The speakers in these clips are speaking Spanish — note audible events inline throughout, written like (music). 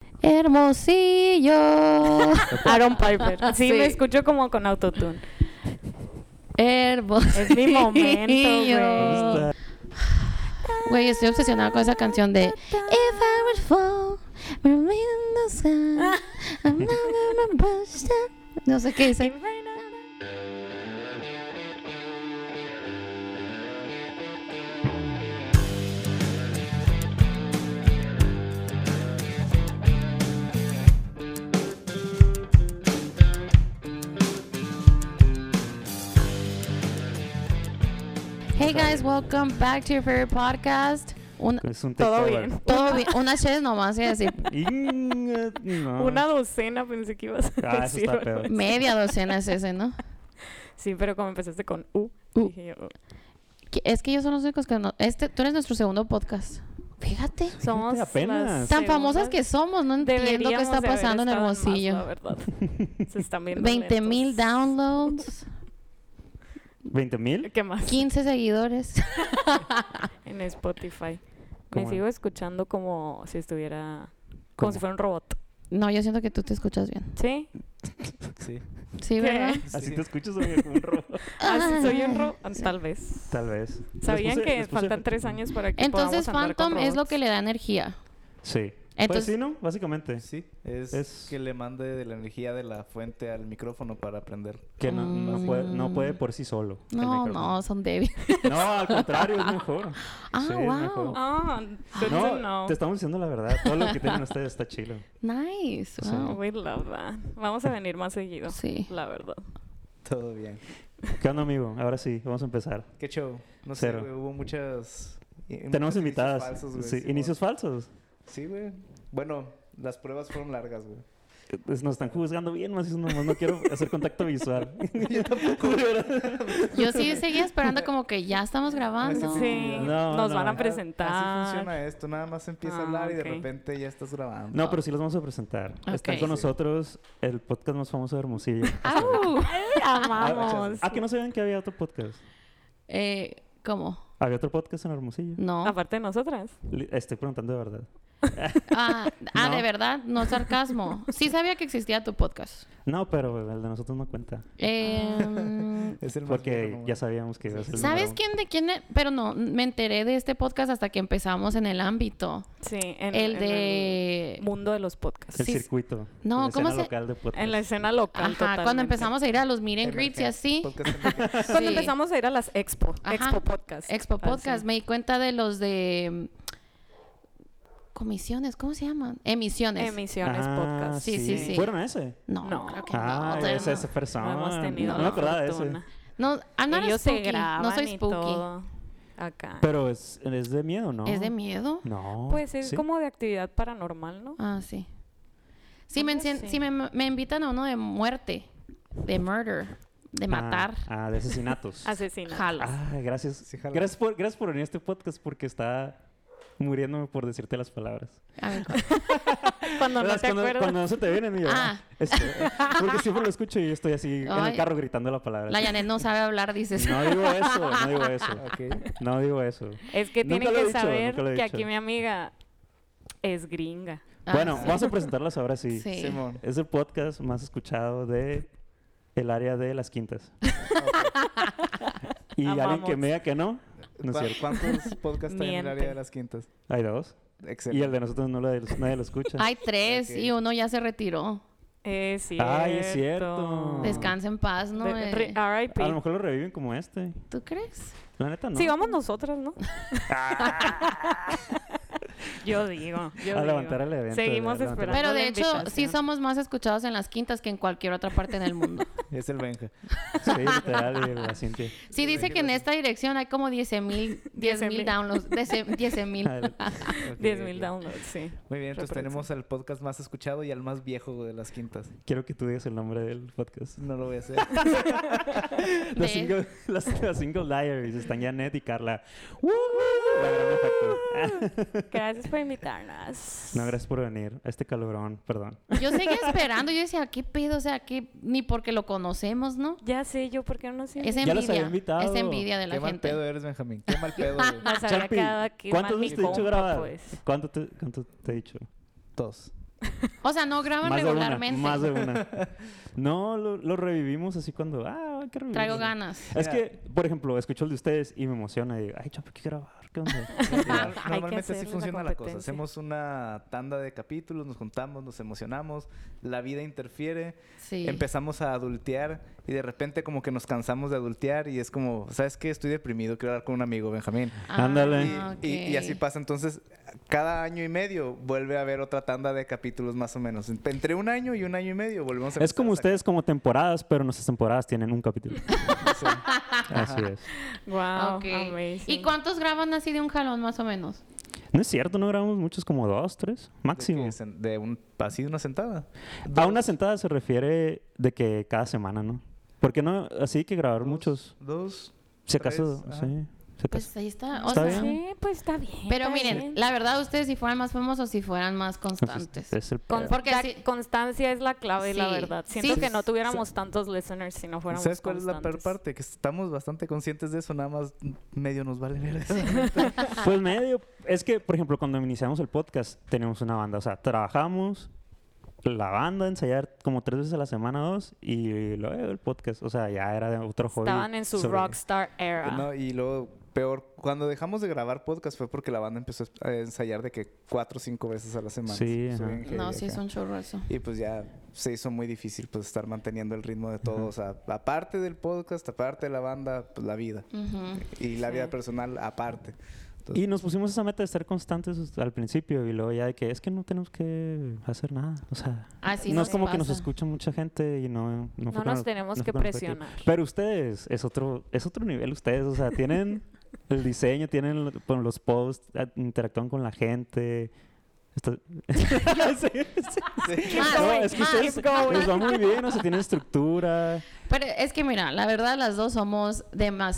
(laughs) Hermosillo. Aaron Piper. Así Sí. me escucho como con autotune. Hermosillo. Es mi momento, güey. Güey, estoy obsesionada con esa canción de If I would fall, remember the sky, I'm not gonna bust it. No sé qué dice. Hey guys, welcome back to your favorite podcast. Un- Es (laughs) un Todo takeover. bien. (laughs) todo bien, una chela nomás, y (laughs) así, Inga, no. Una (laughs) docena pensé que ibas a Ah, eso decir. está algo peor. así. media docena es ese, ¿no? Sí, pero como empezaste con U, U. dije yo, "Oh". Que- Es que ellos son los únicos que no. Este, tú eres nuestro segundo podcast. Fíjate. somos las apenas. Tan famosas que somos, no entiendo qué está Deberíamos de haber pasando en estado más, la Hermosillo. verdad. Se están viendo 20 mil lentos. downloads, ¿20 mil? ¿Qué más? 15 seguidores. (laughs) En Spotify. Me ¿Cómo? sigo escuchando como si estuviera... Como ¿Cómo? si fuera un robot. No, yo siento que tú te escuchas bien. ¿Sí? Sí. Sí, ¿Qué? (laughs) ¿verdad? Así Sí. te escuchas oye, como un robot. Así soy un robot. (laughs) Sí. Tal vez. Tal vez. ¿Sabían Les puse- que les puse- faltan tres años para que Entonces podamos andar con Phantom es lo robots? que le da energía. Pues Sí. Entonces- pues sí, ¿no? Básicamente. Sí, es, Es- que le mande de la energía de la fuente al micrófono para aprender. (laughs) Que no, Ah, no, puede, no Mm. puede por sí solo. el No, micrófono. (laughs) no, son débiles. No, al contrario, es (laughs) mejor. Ah, Sí, es wow. mejor. (gasps) Ah, good to know. No, te estamos diciendo la verdad. Todo lo que tienen ustedes está chido. Nice. Sí. Wow. We love that. Vamos a venir más seguido. Sí. La verdad. Todo bien. ¿Qué onda, amigo? Ahora sí, vamos a empezar. ¿Qué show? No Cero. sé, güey, hubo muchas... eh, Tenemos muchos inicios invitadas. falsos, güey, Sí, Simón. inicios falsos. Sí, güey. Bueno, las pruebas fueron largas, güey. Es- Pues, Nos están juzgando bien, más nomás no quiero hacer contacto visual. (laughs) Yo tampoco. (laughs) Yo (laughs) sí seguía esperando como que ya estamos Ah, grabando. Sí. No, Nos no. van a Ah, presentar. Así funciona esto. Nada más empieza Ah, a hablar y ok. de repente ya estás grabando. No, pero sí los vamos a presentar. Están Ok. Sí. con nosotros el podcast más famoso de Hermosillo. Au. (laughs) Ay, amamos. Ah, que no sabían que había otro podcast. Eh, ¿Cómo? Había otro podcast en Hermosillo. No. Aparte de nosotras. Li- Estoy preguntando de verdad. Ah, ah, No. de verdad, no sarcasmo. Sí sabía que existía tu (laughs) podcast. No, pero el de nosotros no cuenta. Em, Es el más viejo, Porque ¿no? ya sabíamos que iba a ser el ¿Sabes número quién de quién? e- Pero no, me enteré de este podcast hasta que empezamos en el ámbito. Sí. En, el en de... el mundo de los uno. podcasts. El sí, circuito. No, la ¿cómo escena se- local de podcast. En la escena local. Ajá, cuando totalmente. empezamos a ir a los meet and greets y Emergen- así. podcast emergen- Cuando sí. empezamos a ir a las expo. Ajá. Expo podcast. Expo Así. Podcast, me di cuenta de los de... mm, Comisiones, ¿cómo se llaman? Emisiones. Emisiones Ah, podcast. Sí, sí, sí. ¿Fueron a ese? no, No. creo que Ah, no. todavía esa, no. esa No persona. hemos tenido no me la acordaba de ese. fortuna. No, I'm not a Ellos se spooky, graban no soy y spooky. todo acá. Pero es, es de miedo, ¿no? ¿Es de miedo? No. pues es ¿sí? como de actividad paranormal, ¿no? Ah, sí. Si, me, Algo encien- así. si me, me invitan a uno de muerte, de murder, de Ah, matar, Ah, (laughs) de asesinatos. Asesina. jalo. ah, gracias. Sí, jala. gracias, por, gracias por venir a este podcast porque está muriéndome por decirte las palabras. A ver, (laughs) Cuando no Las- te cuando, acuerdas. cuando no se te vienen y yo. Ah. ah, este, porque siempre lo escucho y estoy así en Ay. el carro gritando la palabra. la Janet no sabe hablar, dices. No digo eso, no digo eso. (laughs) Ok. No digo eso. Es que Nunca tienen lo que he dicho, saber nunca lo he que dicho. aquí mi amiga es gringa. (laughs) Ah, bueno, sí. (laughs) vamos a presentarlas ahora sí. Sí. Simón. Es el podcast más escuchado de el área de las quintas. (laughs) y alguien que Amamos. me diga que no, no es ¿Cuá- cierto. ¿Cuántos podcasts hay en el Miente. área de las quintas? Hay dos. Excelente. Y el de nosotros no lo, nadie lo escucha. Hay tres Ok. y uno ya se retiró. Es cierto. Ay, es cierto. Descansa en paz, ¿no? De- Eh, re- R.I.P. A lo mejor lo reviven como este. ¿Tú crees? La neta no. Ah. Sí, vamos nosotras, ¿no? (laughs) yo digo. Yo A digo. levantar el evento, Seguimos a levantar- esperando. Pero la de hecho, sí invitación. somos más escuchados en las quintas que en cualquier otra parte del (laughs) mundo. Es el (laughs) Benja. Sí, literal, y la Cintia. Sí, dice que en esta dirección hay como 10 mil 10 mil 10,000. downloads. (laughs) 10 mil. Ok, 10.000 ok. downloads, sí. Muy bien, entonces Reproducción. tenemos al podcast más escuchado y al más viejo güey, de las quintas. Quiero que tú digas el nombre del podcast. (laughs) No lo (laughs) voy a hacer. (laughs) Los single, las, las single diaries están Janet y Carla. ¡Woo! La gran efecto. (laughs) Gracias por invitarnos. No, gracias por venir. Este calorón, perdón. Yo seguía esperando. Yo decía, ¿qué pedo? O sea, que ni porque lo conocemos, ¿no? Ya sé yo por qué no sé. Es Ya los había envidia. invitado. Es envidia de Qué la mal gente. pedo eres, Benjamín. Qué mal (laughs) pedo, güey. Nos había Charpi, quedado aquí mal ¿Cuántas mi veces te he dicho compa, grabar? pues. ¿Cuánto, te, ¿Cuánto te he dicho? Dos. O sea, no graban Más de una, regularmente. más de una. No, lo, lo revivimos así cuando, ah, hay que revivirlo. (laughs) Traigo ganas. Es Ya. que, por ejemplo, escucho el de ustedes y me emociona y digo, ay, chapa, hay que grabar, ¿qué onda? (laughs) Normal- Hay que Normalmente así hacerle la funciona la cosa. competencia. Hacemos una tanda de capítulos, nos juntamos, nos emocionamos, la vida interfiere, Sí. empezamos a adultear y de repente como que nos cansamos de adultear y es como, ¿sabes qué? Estoy deprimido, quiero hablar con un amigo, Benjamín. Ah, Ándale. Y, y- y así ok. pasa. Entonces, cada año y medio vuelve a haber otra tanda de capítulos más o menos. Ent- Entre un año y un año y medio volvemos a Es como empezar a ustedes como temporadas, pero nuestras temporadas tienen un (laughs) capítulo. Así es. Ah, Wow, Ah, Ok. ¿Y amazing. cuántos graban así de un jalón más o menos? No es cierto, no grabamos muchos, como dos, tres, sacar máximo. De, que sen- de un, así de una sentada. A una sentada se refiere de que cada semana, ¿no? Porque no, así que grabar Dos, muchos. Dos. Si acaso, tres, ah. ajá. sí. Si acaso. Pues ahí está. O Está sea, bien. Sí, pues está bien. Pero está miren, bien. la verdad ustedes si fueran más famosos, si fueran más constantes. Entonces, pues, es el Con- pedo. Porque la sí- constancia es la clave, la Sí, verdad. sí. Siento que no Sa- tuviéramos tantos listeners si no fuéramos ¿Sabes cuál es la peor constantes. parte? Que estamos bastante conscientes de eso, nada más medio (laughs) nos vale ver Pues medio. Es que, por ejemplo, cuando iniciamos el podcast, teníamos una banda. O sea, trabajamos la banda, ensayar como tres veces a la semana, dos, y luego el podcast. O sea, ya era de otro hobby. Estaban en su sobre- rockstar era. No, y luego, peor, cuando dejamos de grabar podcast fue porque la banda empezó a ensayar de que cuatro o cinco veces a la semana. Sí, Estuvo ajá. bien heavy No, sí es acá. un chorro eso. Y pues ya se hizo muy difícil pues estar manteniendo el ritmo de todo. O sea, aparte del podcast, aparte de la banda, pues la vida. Ujú. Y la vida Sí. personal aparte. Entonces, Y nos pusimos esa meta de estar constantes al principio y luego ya de que es que no tenemos que hacer nada. O sea, Así no nos es como que nos pasa. escucha mucha gente y no... No, fue No con nos el- tenemos no fue que con el objetivo. presionar. Pero ustedes, es otro, es otro nivel ustedes. O sea, (laughs) tienen el diseño, tienen lo- con los posts, a- interactúan con la gente. (laughs) Esto- (laughs) Sí, sí. Más, No, es que Ah, más, ustedes más. les va muy bien, o sea, tienen estructura. (laughs) Pero es que mira, la verdad las dos somos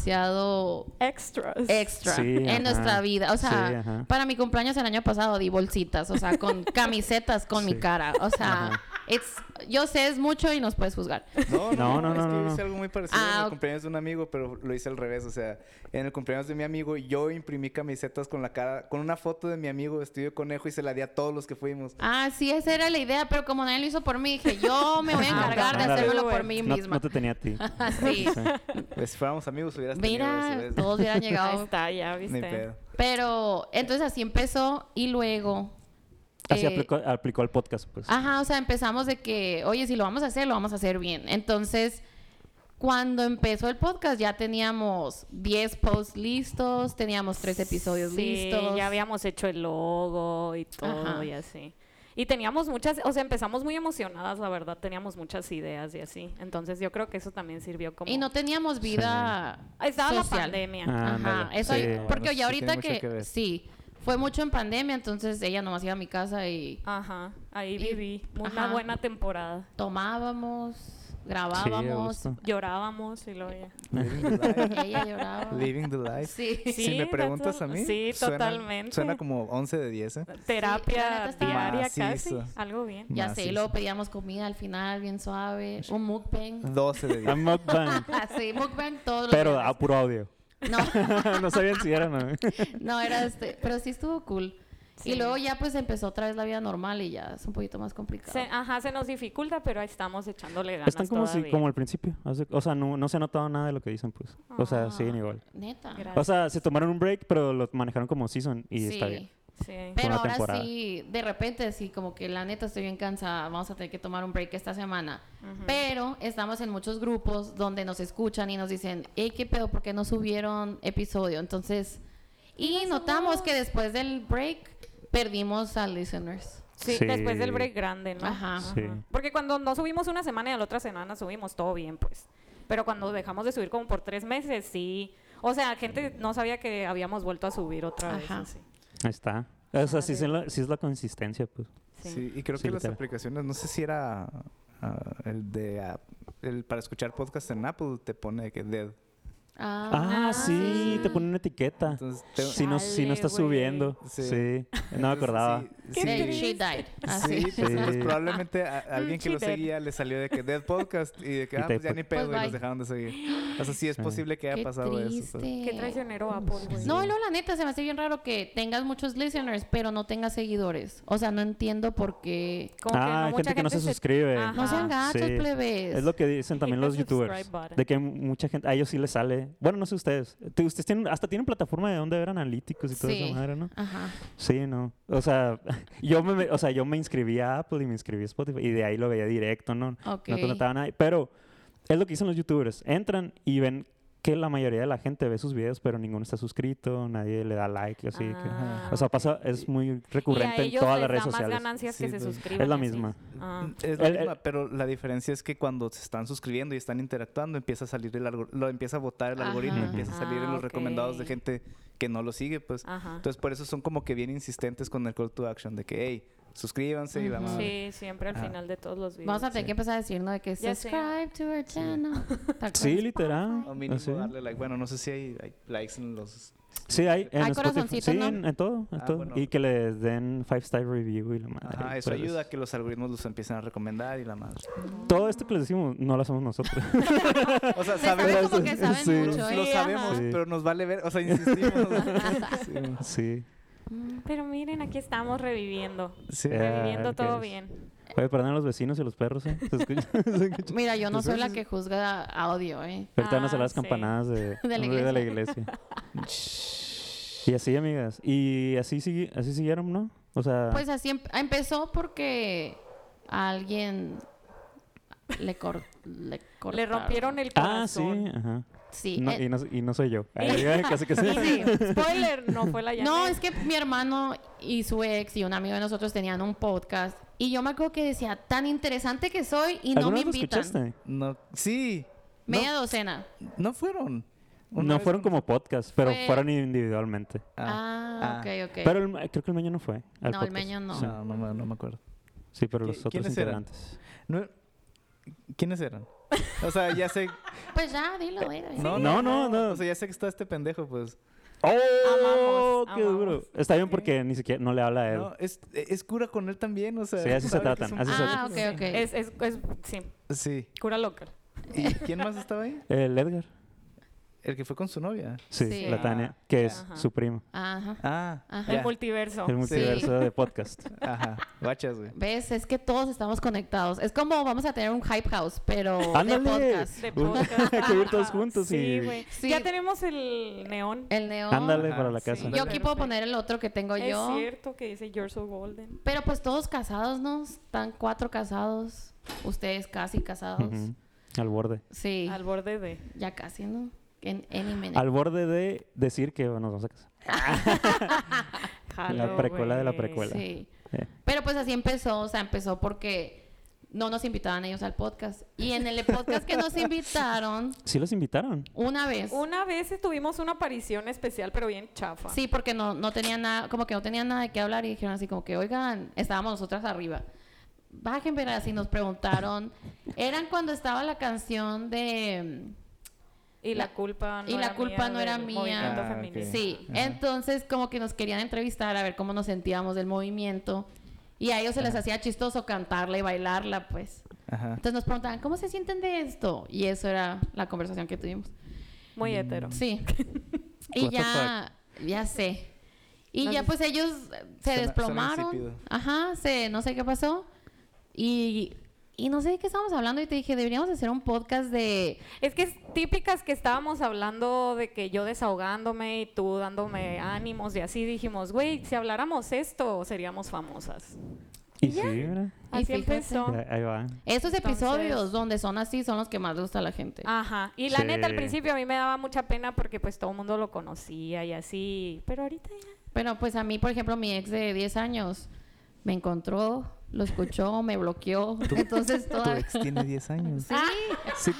demasiado Extras. extra Sí, en ajá. nuestra vida. O Sí, sea, ajá. para mi cumpleaños el año pasado di bolsitas, o sea, (laughs) con camisetas con Sí. mi cara. O sea, Ajá. it's, yo sé es mucho y nos puedes juzgar. No, No, no, no, no, no, es que no, yo no. hice algo muy parecido Ah, en el ok. cumpleaños de un amigo, pero lo hice al revés. O sea, en el cumpleaños de mi amigo, yo imprimí camisetas con la cara, con una foto de mi amigo vestido de conejo y se la di a todos los que fuimos. Ah, sí, esa era la idea, pero como nadie lo hizo por mí, dije, yo me voy a (laughs) encargar de Ándale. hacérmelo por mí No, misma. no te tenía a ti. (laughs) (laughs) Sí. Pues, si fuéramos amigos, hubieras tenido eso. Mira, ¿ves? todos hubieran Ahí llegado. está, ya (laughs) Ni viste. pedo. Pero entonces así empezó y luego... Así eh, Ah. aplicó, aplicó el podcast, pues. Ajá, o sea, empezamos de que, oye, si lo vamos a hacer, lo vamos a hacer bien. Entonces, cuando empezó el podcast ya teníamos 10 posts listos, teníamos 3 episodios Sí, listos. Ya habíamos hecho el logo y todo Ajá. y así. Y teníamos muchas, o sea, empezamos muy emocionadas, la verdad, teníamos muchas ideas y así. Entonces yo creo que eso también sirvió como... Y no teníamos vida Estaba social. la pandemia. Ah. Ajá, Ándale. eso Sí, yo- bueno, porque sí oye, ahorita tiene mucho que, que ver. sí, fue mucho en pandemia, entonces ella nomás iba a mi casa y Ajá, ahí Y- viví una ajá. buena temporada. tomábamos, grabábamos, Grabábamos. Llorábamos y luego ya. Living the (laughs) life. (laughs) ella lloraba. Living the life. Sí. (laughs) Sí, si me that's preguntas a all- mí, sí, suena- totalmente. Suena como 11 de (laughs) 10, ¿eh? la Terapia neta estaba- diaria casi, Macizo. algo bien. Ya sé, y Macizo. luego pedíamos comida al final, bien suave, un mukbang. (laughs) 12 de 10. I'm not banned, Así, mukbang todos los pero viernes. a puro audio. No, (laughs) no sabían si eran. ¿no? (laughs) no era este, pero sí estuvo cool. Sí. Y luego ya pues empezó otra vez la vida normal y ya es un poquito más complicado. Se- ajá, se nos dificulta, pero ahí estamos echándole ganas Están como, si, todavía. como al principio. haz de- O sea, no, no se ha notado nada de lo que dicen, pues. O sea, Ah, siguen igual. Neta. Gracias. O sea, se tomaron un break, pero lo manejaron como season y está bien. Sí. Pero una ahora temporada. sí, de repente sí, como que la neta estoy bien cansada, vamos a tener que tomar un break esta semana. Pero estamos en muchos grupos donde nos escuchan y nos dicen, hey, qué pedo, ¿por qué no subieron episodio? Entonces, y notamos que después del break perdimos a listeners. Sí, Sí. después del break grande, ¿no? Ajá. Sí. Porque cuando no subimos una semana y a la otra semana subimos, todo bien, pues. Pero cuando dejamos de subir como por tres meses, sí. O sea, gente no sabía que habíamos vuelto a subir otra vez. Ajá. así. Ahí está. O sea, sí, Sale. es la, sí es la consistencia, pues. Sí. Sí, y creo Sí, que las literal. aplicaciones, no sé si era ah, el de ah, el para escuchar podcast en Apple te pone que dead. Ah, sí, te ponen una etiqueta. Entonces, te- si, no, si no Chale, estás güey. subiendo. Sí. Sí. No me entonces, acordaba. Sí, Sí, she died. Así. Sí, pues, Sí. pues, probablemente a- a alguien que lo Cheater. seguía le salió de que Dead Podcast y de que ah, Y te- pues ya ni pedo Pues, y bye. los dejaron de seguir. O sea, sí es Sí. posible que haya Qué pasado eso. triste. pues. Qué traicionero Apple, güey. No, y luego la neta, se me hace bien raro que tengas muchos listeners, pero no tengas seguidores. O sea, no entiendo por qué. Como Ah, hay gente que no se suscribe. Ajá. No sean gachos, Sí. plebes. Es lo que dicen también Hit the los youtubers. subscribe button. De que mucha gente, a ellos sí les sale. Bueno, no sé ustedes. Te- Ustedes tienen, hasta tienen plataforma de donde ver analíticos y toda Sí. esa madre, ¿no? Ajá. Sí, no. O sea, (laughs) yo me, o sea, yo me inscribí a Apple y me inscribí a Spotify y de ahí lo veía directo, ¿no? Ok. No contrataba a nadie. Pero es lo que dicen los youtubers. Entran y ven que la mayoría de la gente ve sus videos, pero ninguno está suscrito, nadie le da like, así que... Ah, O sea, pasa, es muy y a recurrente en ellos todas les las redes da sociales. más ganancias Sí, que se pues, suscriban. es la y así. misma. Ah. mm, Es la El- el- misma, pero la diferencia es que cuando se están suscribiendo y están interactuando, empieza a salir el algor- lo empieza a votar el Ajá. algoritmo, empieza a salir en Ah, los ok. Ah. recomendados de gente que no lo sigue, pues. Ajá. Entonces, por eso son como que bien insistentes con el call to action de que, hey, suscríbanse y la Ujú. madre. Sí, siempre al Ah. final de todos los videos. Vamos a tener Sí. que empezar a decir, ¿no? De que Ya sé. subscribe to our (laughs) channel. ¿Te acuerdas? Sí, literal. O mínimo Así. darle like. Bueno, no sé si hay, hay likes en los... Sí, hay en Hay Spotify- corazoncitos, Sí, ¿no? en, en todo, en Ah, todo. bueno. Y que les den five star review y pues, la madre. Ajá, eso pero es- ayuda a que los algoritmos los empiecen a recomendar y la madre. (laughs) Todo esto que les decimos no lo hacemos nosotros. O sea, Se sabe sabemos... como que saben Sí. mucho, ¿eh? Lo Sí, sabemos, ajá. Sí. pero nos vale ver, o sea, insistimos. (laughs) Sí. (laughs) sí. Mm. Pero miren, aquí estamos reviviendo. Sí. Eh, Reviviendo ok. todo bien. Oye, perdón a los vecinos y los perros, ¿eh? Se escucha. (laughs) se escucha. Mira, yo no soy la que juzga audio, ¿eh? Ahorita van a sonar Ah, las sí. campanadas de, (laughs) De la ruido de la iglesia. (laughs) y así, amigas. Y así, sigui- así siguieron, ¿no? O sea, Pues así em- empezó porque a alguien le, cor- le cortaron. Le rompieron el ah, sí, corazón. ajá. Sí. No, eh, y, no, y no (laughs) soy yo. Ay, (laughs) casi que sí. (laughs) Sí, Spoiler, no fue la No, Janet. es que mi hermano y su ex y un amigo de nosotros tenían un podcast y yo me acuerdo que decía, tan interesante que soy y no ¿Alguna me vez lo invitan. escuchaste? No, sí. No, Media docena. no fueron. Una No vez- fueron como podcast, pero Fue- fueron individualmente. Ah, ah. ok, ok. Pero el- creo que el meño no fue. al No, el podcast. Meño no. Sí, No, no, me- no me acuerdo. Sí, pero los ¿Qui- otros quiénes eran? integrantes. No- ¿Quiénes eran? O sea, ya sé. Pues ya, dilo, dilo. ya. No, No, no, no, no, no. O sea, ya sé que está este pendejo, pues. ¡Oh! Amamos, ¡Qué duro! amamos. Está bien porque ni siquiera no le habla a él. No, es, es cura con él también, o sea. Eh. Sí, así se sabe que tratan, es un- así se- Ah, ok, ok. Es, es, es- sí, Sí. cura local. ¿Y quién más estaba ahí? El Edgar. El que fue con su novia. Sí, Sí. Ah, la Tania, que es Ajá. su prima. Ajá. Ah, Ajá. El ya. multiverso. El multiverso (laughs) de podcast. Ajá. Guachas, güey. ¿Ves? Es que todos estamos conectados. Es como vamos a tener un hype house, pero ¡Ándale! de podcast. De Un- podcast. (laughs) Hay que ir todos Ajá. juntos Sí, y- güey. Sí. Ya tenemos el neón. El neón. Ándale Ajá, para la sí. casa. Yo aquí Perfecto. puedo poner el otro que tengo Es yo. cierto que dice You're so golden. Pero pues todos casados, ¿no? Están cuatro casados. Ustedes casi casados. Ujú. Al borde. Sí. Al borde de. Ya casi, ¿no? En any minute. Al borde de decir que nos vamos a casar. Jalo, precuela de la güey. precuela. Sí. Eh. Pero pues así empezó, o sea, empezó porque no nos invitaban ellos al podcast. Y en el podcast que nos invitaron, Sí los invitaron. una vez. Una vez tuvimos una aparición especial, pero bien chafa. Sí, porque no, no tenía nada, como que no tenían nada de qué hablar y dijeron así como que, oigan, estábamos nosotras arriba. Bajen, verás, y nos preguntaron, eran cuando estaba la canción de... mm, Y la La- culpa no y la era culpa mía no era del mía. movimiento Ah, ok. feminista. Sí, entonces como que nos querían entrevistar a ver cómo nos sentíamos del movimiento y a ellos se les hacía chistoso cantarla y bailarla, pues. Ajá. Entonces nos preguntaban, ¿cómo se sienten de esto? Y eso era la conversación que tuvimos. Muy hetero. Sí. (laughs) What y the ya, ya sé. Y No ya sé. pues ellos eh, se Suena- desplomaron. suena insípido. Ajá, se, no sé qué pasó. Y, y no sé de qué estábamos hablando y te dije, deberíamos hacer un podcast de... Es que es típicas que estábamos hablando de que yo desahogándome y tú dándome ánimos y así dijimos, güey, si habláramos esto seríamos famosas. Y sí, mira. Y Así fíjate. empezó. Ya, Ahí va. Estos Entonces- Ah. episodios donde son así son los que más le gusta a la gente. Ajá. Y la neta al Sí. principio a mí me daba mucha pena porque pues todo el mundo lo conocía y así, pero ahorita ya. Pero pues a mí, por ejemplo, mi ex de 10 años me encontró, lo escuchó, me bloqueó. Entonces (laughs) Tu toda... ex tiene (laughs) 10 años. Sí.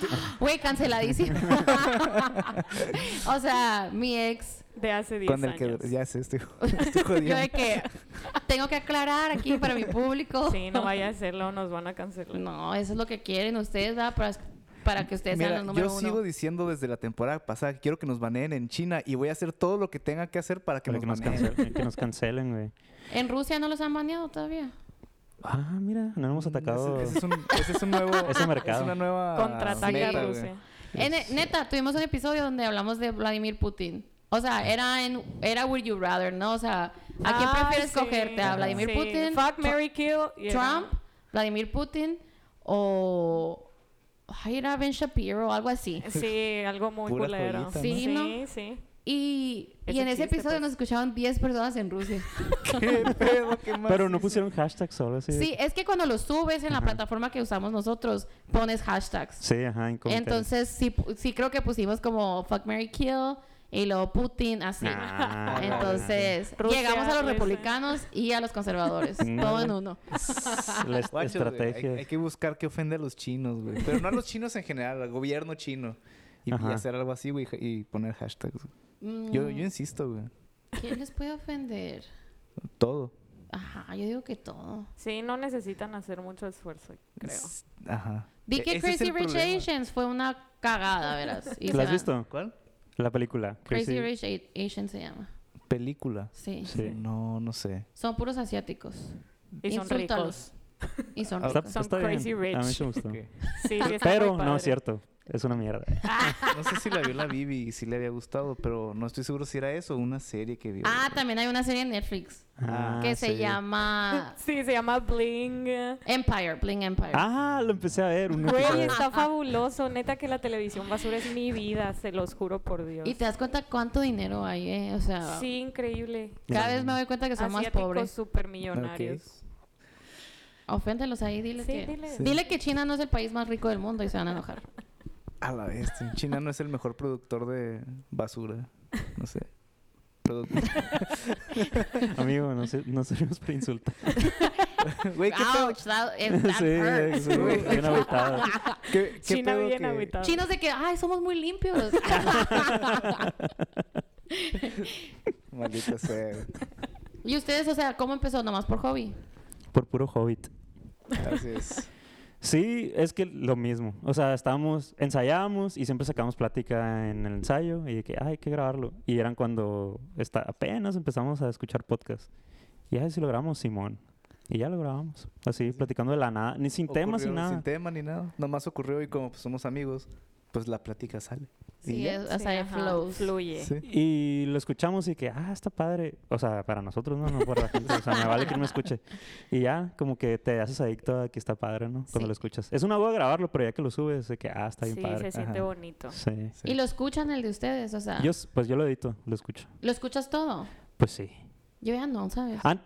Güey, (laughs) canceladísimo. (laughs) o sea, mi ex... De hace 10 Con años. el que ya sé, estoy, (laughs) estoy Yo jodiendo. de que tengo que aclarar aquí para mi público. Sí, no vaya a hacerlo, nos van a cancelar. No, eso es lo que quieren ustedes, ¿verdad? Para para que ustedes sean Mira, los yo número uno. sigo diciendo desde la temporada pasada que quiero que nos baneen en China y voy a hacer todo lo que tenga que hacer para que Para nos que nos, baneen. cancelen, que nos cancelen, güey. En Rusia no los han baneado todavía. Ah, mira, no hemos atacado. (laughs) Ese, ese es un, ese es un nuevo. (laughs) Ese mercado. Es una nueva. Contraataque meta, a güey. Rusia. En- eh, neta, tuvimos un episodio donde hablamos de Vladimir Putin. O sea, era en era Would You Rather, ¿no? O sea, ¿a quién Ay, prefieres Ah, sí. cogerte? ¿A Vladimir Sí. Putin? Fuck, Mary Kill. y era- Trump, Vladimir Putin o ay, era Ben Shapiro o algo así. Sí, algo muy Pura culero. joyita, ¿no? Sí, ¿no? sí, sí. Y, y Ese en ese chiste, episodio pues. nos escuchaban 10 personas en Rusia. (laughs) (laughs) ¿Qué pedo? ¿Qué más Pero no hizo? pusieron hashtag solo, sí. Sí, es que cuando lo subes en la plataforma que usamos nosotros, pones hashtags. Sí, ajá, en comentarios. Entonces, sí, pu- sí creo que pusimos como Fuck Mary Kill y luego Putin, así. (laughs) Nah, Entonces, Rusia, llegamos a los Rusia. republicanos y a los conservadores. todo en uno. (laughs) La Guachos, güey, estrategia. Hay, hay que buscar que ofende a los chinos, güey. Pero no a los chinos en general, al gobierno chino. Y, y Ajá. hacer algo así, güey, y poner hashtags. güey. Mm, Yo, yo insisto, güey. ¿Quién les puede ofender? Todo. Ajá, yo digo que todo. Sí, no necesitan hacer mucho esfuerzo, creo. S- Ajá. Vi E- que ese es Crazy el Rich problema. Asians fue una cagada, verás. Y ¿La has será- visto? ¿Cuál? La película. Crazy Crazy- Rich A- Asians se llama. Película. Eh, Sí. Sí. No, no sé. Son puros asiáticos. Y son Insúltalos. ricos. Y son Ah, Está, ricos. Son está crazy bien. A mí rich. sí me gustó. Ok. Sí, sí, está Pero muy no padre. es cierto. Es una mierda. (laughs) No sé si la vio la Bibi y si le había gustado, pero no estoy seguro si era eso o una serie que vio. Ah, también hay una serie en Netflix Ah, que se sí. llama (laughs) Sí, se llama Bling. Empire, Bling Empire. Ah, lo empecé a ver. un Güey, episodio. está fabuloso. Neta que la televisión basura es mi vida, se los juro por Dios. Y te das cuenta cuánto dinero hay, ¿eh? O sea, Sí, increíble. cada vez me doy cuenta que son más Asiáticos pobres. supermillonarios. Oféntelos ahí, dile Sí, que... dile. Sí. Dile que China no es el país más rico del mundo y se van a enojar. A la vez. China no es el mejor productor de basura. No sé. (laughs) Producto. Amigo, no, sé, no servimos para insultar. Güey, ¿qué pedo? Ouch, that, (laughs) it- that sí, hurts. sí, (laughs) bien aguitado. ¿Qué, qué China pedo bien que- habitada. Chinos de que, ay, somos muy (laughs) limpios. (laughs) Maldita sea. güey. y ustedes, o sea, ¿cómo empezó? Nomás por hobby. Por puro hobbit. Así es. Sí, es que lo mismo. O sea, estábamos, ensayábamos y siempre sacábamos plática en el ensayo y de que, ay, hay que grabarlo. Y eran cuando está, apenas empezamos a escuchar podcast. Y ay, sí lo grabamos, Simón. Y ya lo grabamos. Así, platicando de la nada, ni sin temas, ni Ocurrió nada. Sin tema ni nada. Nomás ocurrió y como pues, somos amigos, pues la plática sale. Sí, Y ya. es- o sea, it ajá, flows. Fluye. Sí. Y lo escuchamos y que, ah, está padre. O sea, para nosotros, no, no por la gente. O sea, me vale que no me escuche. Y ya, como que te haces adicto a que está padre, ¿no? Cuando Sí. lo escuchas. Es una hueva grabarlo, pero ya que lo subes, de que, ah, está bien Sí, Ah. se padre. siente Ajá. bonito. Sí. Sí. Y lo escuchan el de ustedes, o sea, Yo, s- pues yo lo edito, lo escucho. ¿lo escuchas todo? Pues sí. Yo ya no, ¿sabes? An-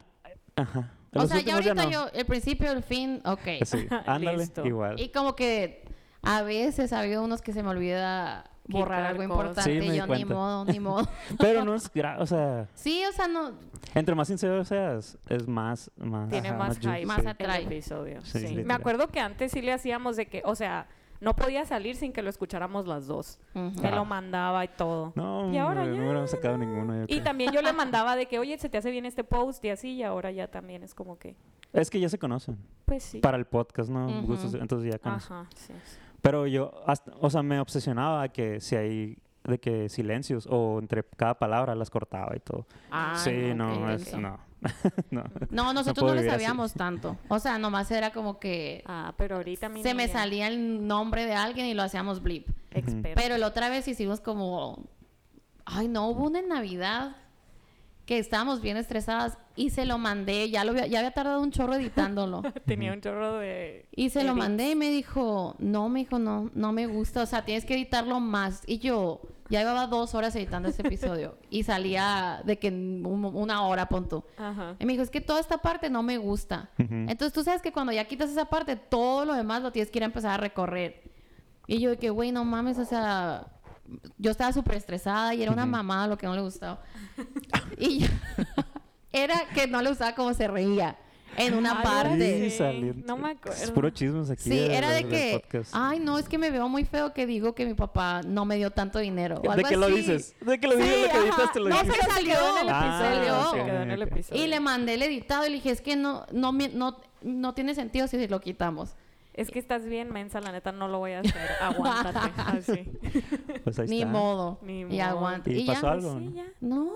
Ajá. o Los sea, ya últimos ahorita no. Pues yo, el principio, el fin, (laughs) ok. (laughs) Sí, ándale, Listo. igual. Y como que a veces ha habido unos que se me olvida borrar Quitar algo cosas. importante Sí, me y di yo ni cuenta. modo, ni modo. (laughs) (laughs) Pero no es, gra- o sea, Sí, o sea, no. entre más sincero seas, es más, más. Tiene ajá, más juice, hype, Más sí. at- atrae. el episodio. Sí, sí. Me literal. acuerdo que antes sí le hacíamos de que, o sea, no podía salir sin que lo escucháramos las dos. Ujú. Se Ah. lo mandaba y todo. No, y ahora hombre, ya. Mm, no hubiéramos sacado no. ninguno. yo Y creo. también (laughs) yo le mandaba de que, oye, se te hace bien este post y así, y ahora ya también es como que, Es que ya se conocen. pues sí. Para el podcast, ¿no? Ujú. Gustos, entonces ya conocen. Ajá, sí. sí. Pero yo, hasta- o sea, me obsesionaba que si hay de que silencios o entre cada palabra las cortaba y todo. Ah, sí, no, no, qué es, denso. no. (laughs) no. No, nosotros puedo no, le vivir así. sabíamos tanto. O sea, nomás era como que Ah, pero ahorita mi se me niña, salía el nombre de alguien y lo hacíamos blip. Experta. Pero la otra vez hicimos como. Ay, no, hubo una en Navidad que estábamos bien estresadas y se lo mandé. Ya, lo había, ya había tardado un (laughs) chorro editándolo. (laughs) Tenía un chorro de... Y se lo edits. mandé y me dijo, no, me dijo, no, no me gusta, o sea, tienes que editarlo más. Y yo ya llevaba dos horas editando este episodio y salía de que en un- una hora, pon tú. Ajá. Y me dijo, es que toda esta parte no me gusta. Ujú. Entonces tú sabes que cuando ya quitas esa parte, todo lo demás lo tienes que ir a empezar a recorrer. Y yo de que, güey, no mames, o sea, yo estaba súper estresada y era una mamada lo que no le gustaba. (laughs) y yo- (laughs) era que no le gustaba cómo se reía en una Algo parte. Sí, Y salí- no me Es acuerdo. puro chismes aquí. Sí, era de del que, ah, podcast. ay, no, es que me veo muy feo que digo que mi papá no me dio tanto dinero. O algo ¿De qué lo así. dices? ¿De qué lo dices? ¿Lo que ajá. editas te Ah, No lo No, sé, dices? pero se quedó en el Ah, episodio. ok, se quedó en el ok. episodio. Y le mandé el editado y le dije, es que no, no, me- no, no tiene sentido si lo quitamos. Es que estás bien mensa, la neta, no lo voy a (laughs) hacer. Aguántate. Así. Pues ahí Ni está. modo. Ni Y modo. aguante. ¿Y ya. pues, pasó algo? Sí, ya. No,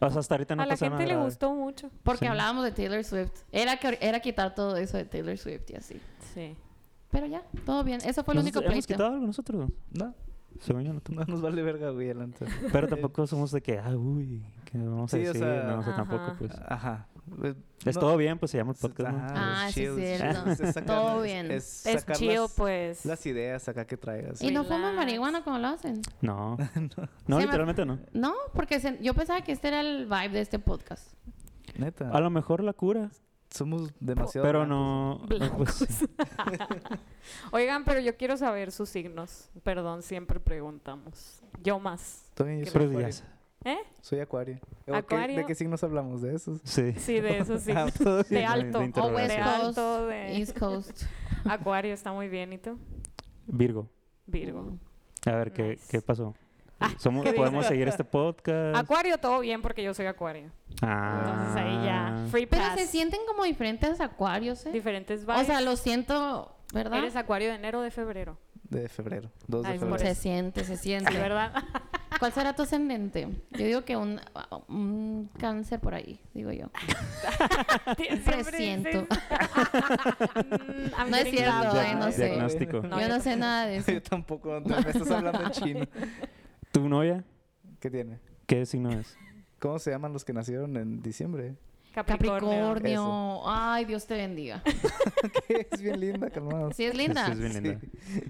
O sea, hasta ahorita no a la pasó nada gente le grave. gustó mucho. porque Sí. hablábamos de Taylor Swift. Era, que- era quitar todo eso de Taylor Swift y así. Sí. Pero ya, todo bien. Eso fue el único ¿Nosotros ¿Hemos pleito. quitado algo nosotros? No, pues, Según yo, no tengo. no nos vale verga, güey, Eh, adelante. (laughs) Pero tampoco somos de que, ah, uy, que vamos Sí, a o decir. sea- no, o sea, tampoco, Ajá. pues. Ajá. Eh, Es no- todo bien, pues se llama el podcast. ¿no? Ah, sí, chill, es chill. cierto. sacar- Todo bien. Es, Es sacar chill, las, pues. las ideas acá que traigas. Y no fuman Relax. marihuana como lo hacen. Pues, (laughs) No. No, me- literalmente no. No, porque se- yo pensaba que este era el vibe de este podcast. Neta. A lo mejor la cura, Somos demasiado. pero blancos. no. no, pues, (laughs) sí. Oigan, pero yo quiero saber sus signos. Perdón, siempre preguntamos. Yo más. Todo bien, yo soy Pero acuario. ya- ¿Eh? Soy acuario. ¿O qué- ¿De Acuario. qué signos hablamos? ¿De esos? Sí. Sí, (laughs) de eso sí. Ah, todo De bien. alto. de O interrogación. West de Coast, alto, de East Coast. Acuario está muy bien. ¿Y tú? Virgo. (laughs) Mm. Virgo. A ver, ¿qué, Nice. qué pasó? Ah, Somos, ¿qué podemos dices? (laughs) seguir este Pues podcast. Acuario todo bien porque yo soy acuario. Entonces ahí Ah. Ah. ya. Free Pero pass. se sienten como diferentes acuarios, ¿eh? Diferentes vibes. O sea, lo siento, ¿verdad? Eres acuario de enero o de febrero. De febrero. 2 Ay, de por Se febrero. siente, se siente. Sí, ¿verdad? (laughs) (laughs) ¿Cuál será tu ascendente? Yo digo que un, un cáncer por ahí, digo yo. Ah, Siempre (laughs) Presiento. dices- Mm, I'm No es getting cierto, loud Ay, eh, no Diag- sé. Diagnóstico. No, yo (laughs) yo no sé nada de eso. (laughs) Yo tampoco, no, me estás hablando (laughs) en chino. ¿Tu novia? ¿Qué tiene? ¿Qué signo es? ¿Cómo se llaman los que nacieron en diciembre? Capricornio. (laughs) Capricornio. Eso. Ay, Dios te bendiga. es bien linda, calmado. Sí es Sí, linda. es bien linda.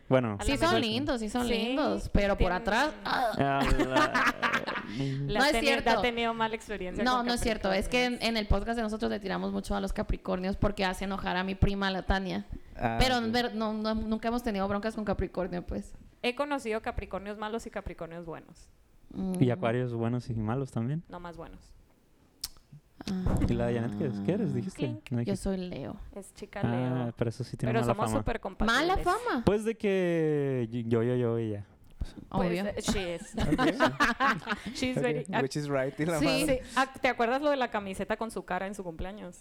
Bueno. pues, A Sí lo son mejor- lindos, sí son Sí, lindos, pero por tienen- atrás... ah, a (laughs) (laughs) La No ha es tenido- cierto. Ha tenido mala experiencia. No, con no es cierto. Es que en, Capricornios. en el podcast de nosotros le tiramos mucho a los Capricornios porque hace enojar a mi prima, la Tania. Ah, pero ok. ver- no, no- nunca hemos tenido broncas con Capricornio, pues. He conocido Capricornios malos y Capricornios buenos. Mm. Y acuarios buenos y malos también. No más buenos. Ah. ¿Y la de Janet qué, es? ¿Qué eres? Dijiste. Clink. No Yo dijiste. soy Leo. Es chica Leo. Ah, pero eso sí tiene Pero mala somos fama. súper compatibles. Mala fama, Pues de que yo, yo, yo y ya. Pues, obvio. eh, she (laughs) is. Ok, (laughs) She's ok. very... ah, Which is right. Y la Sí. madre. sí. Ah, ¿Te acuerdas lo de la camiseta con su cara en su cumpleaños?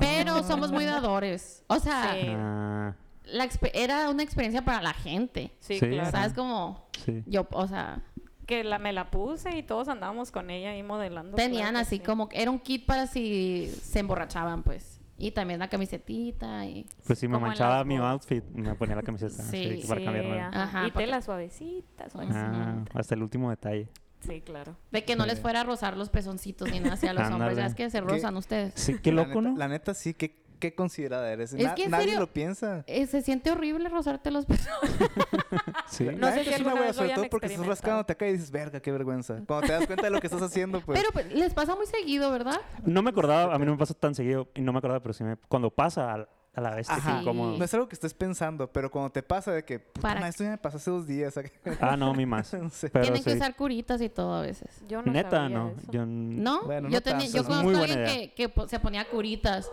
Pero somos muy dadores. O sea, Sí. Ah, la expe- era una experiencia para la gente. Sí, Sí, O claro. sea, es como sí. yo, o sea, Que la, me la puse y todos andábamos con ella ahí modelando. tenían claro que así sí. como era un kit para si se emborrachaban, pues. Y también la camisetita y Pues si me como en manchaba las mi bodas. outfit, me ponía la camiseta Sí, así, para Sí, cambiarme. ajá. Ajá, y porque- tela suavecita, suavecita. Ah, hasta el último detalle. Sí, claro. de que no Sí. les fuera a rozar los pezoncitos ni nada hacia los hombres, (laughs) Ándale. ya es que se rozan ustedes. Sí, qué La loco, neta- ¿no? La neta, sí, qué, qué considerada eres. Es Na- que en nadie serio- lo piensa. Eh, se siente horrible rozarte los pezones. Sí. La sé si neta es alguna una wea, vez lo sobre hayan todo porque estás experimentado. rascándote acá y dices, verga, qué vergüenza. Cuando te das cuenta de lo que estás haciendo, pues. Pero pues, les pasa muy seguido, ¿verdad? No me acordaba, a mí no me pasa tan seguido, y no me acordaba, pero sí me, cuando pasa a, a la vez, Ajá. Ajá. incómodo. No es algo que estés pensando, pero cuando te pasa de que, puta, Para- madre, esto ya me pasó hace dos días. (laughs) Ah, no, mi más. No sé. Pero Tienen que sí. usar curitas y todo a veces. Yo no Neta, sabía no. eso. Yo n- ¿No? Bueno, yo no tenía- tanto, yo ¿no? conozco Muy a buena alguien idea. que, que po- se ponía curitas.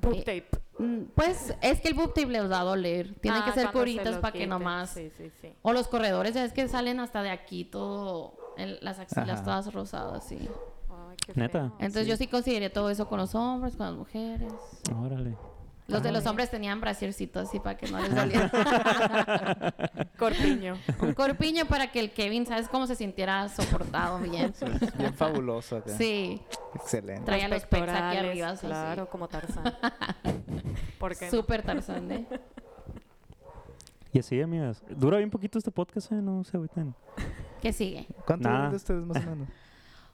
Boob Eh, tape. Mm, Pues es que el boob tape les va a doler. Tienen Ah, que ser cuando se curitas lo para que quiten. nomás. Sí, sí, sí. O los corredores, ya es que salen hasta de aquí todo. el- las axilas Ajá. todas rosadas, sí. Ay, qué Neta. feo. Entonces yo sí consideré todo eso con los hombres, con las mujeres. Órale. Los de los hombres tenían brasiercitos así para que no les doliera. (laughs) (laughs) Corpiño. Un corpiño para que el Kevin, ¿sabes cómo se sintiera soportado bien? Bien fabuloso acá. Sí, (laughs) Excelente. Traía los pecs aquí pectorales, arriba, así. Claro, (laughs) como Tarzán. ¿Por qué no? súper tarzán, ¿eh? (laughs) Y así, amigas. Dura bien poquito este podcast, ¿eh? No se agüiten. Ah. ¿Qué sigue? ¿Cuánto Nada. duran de ustedes más o menos?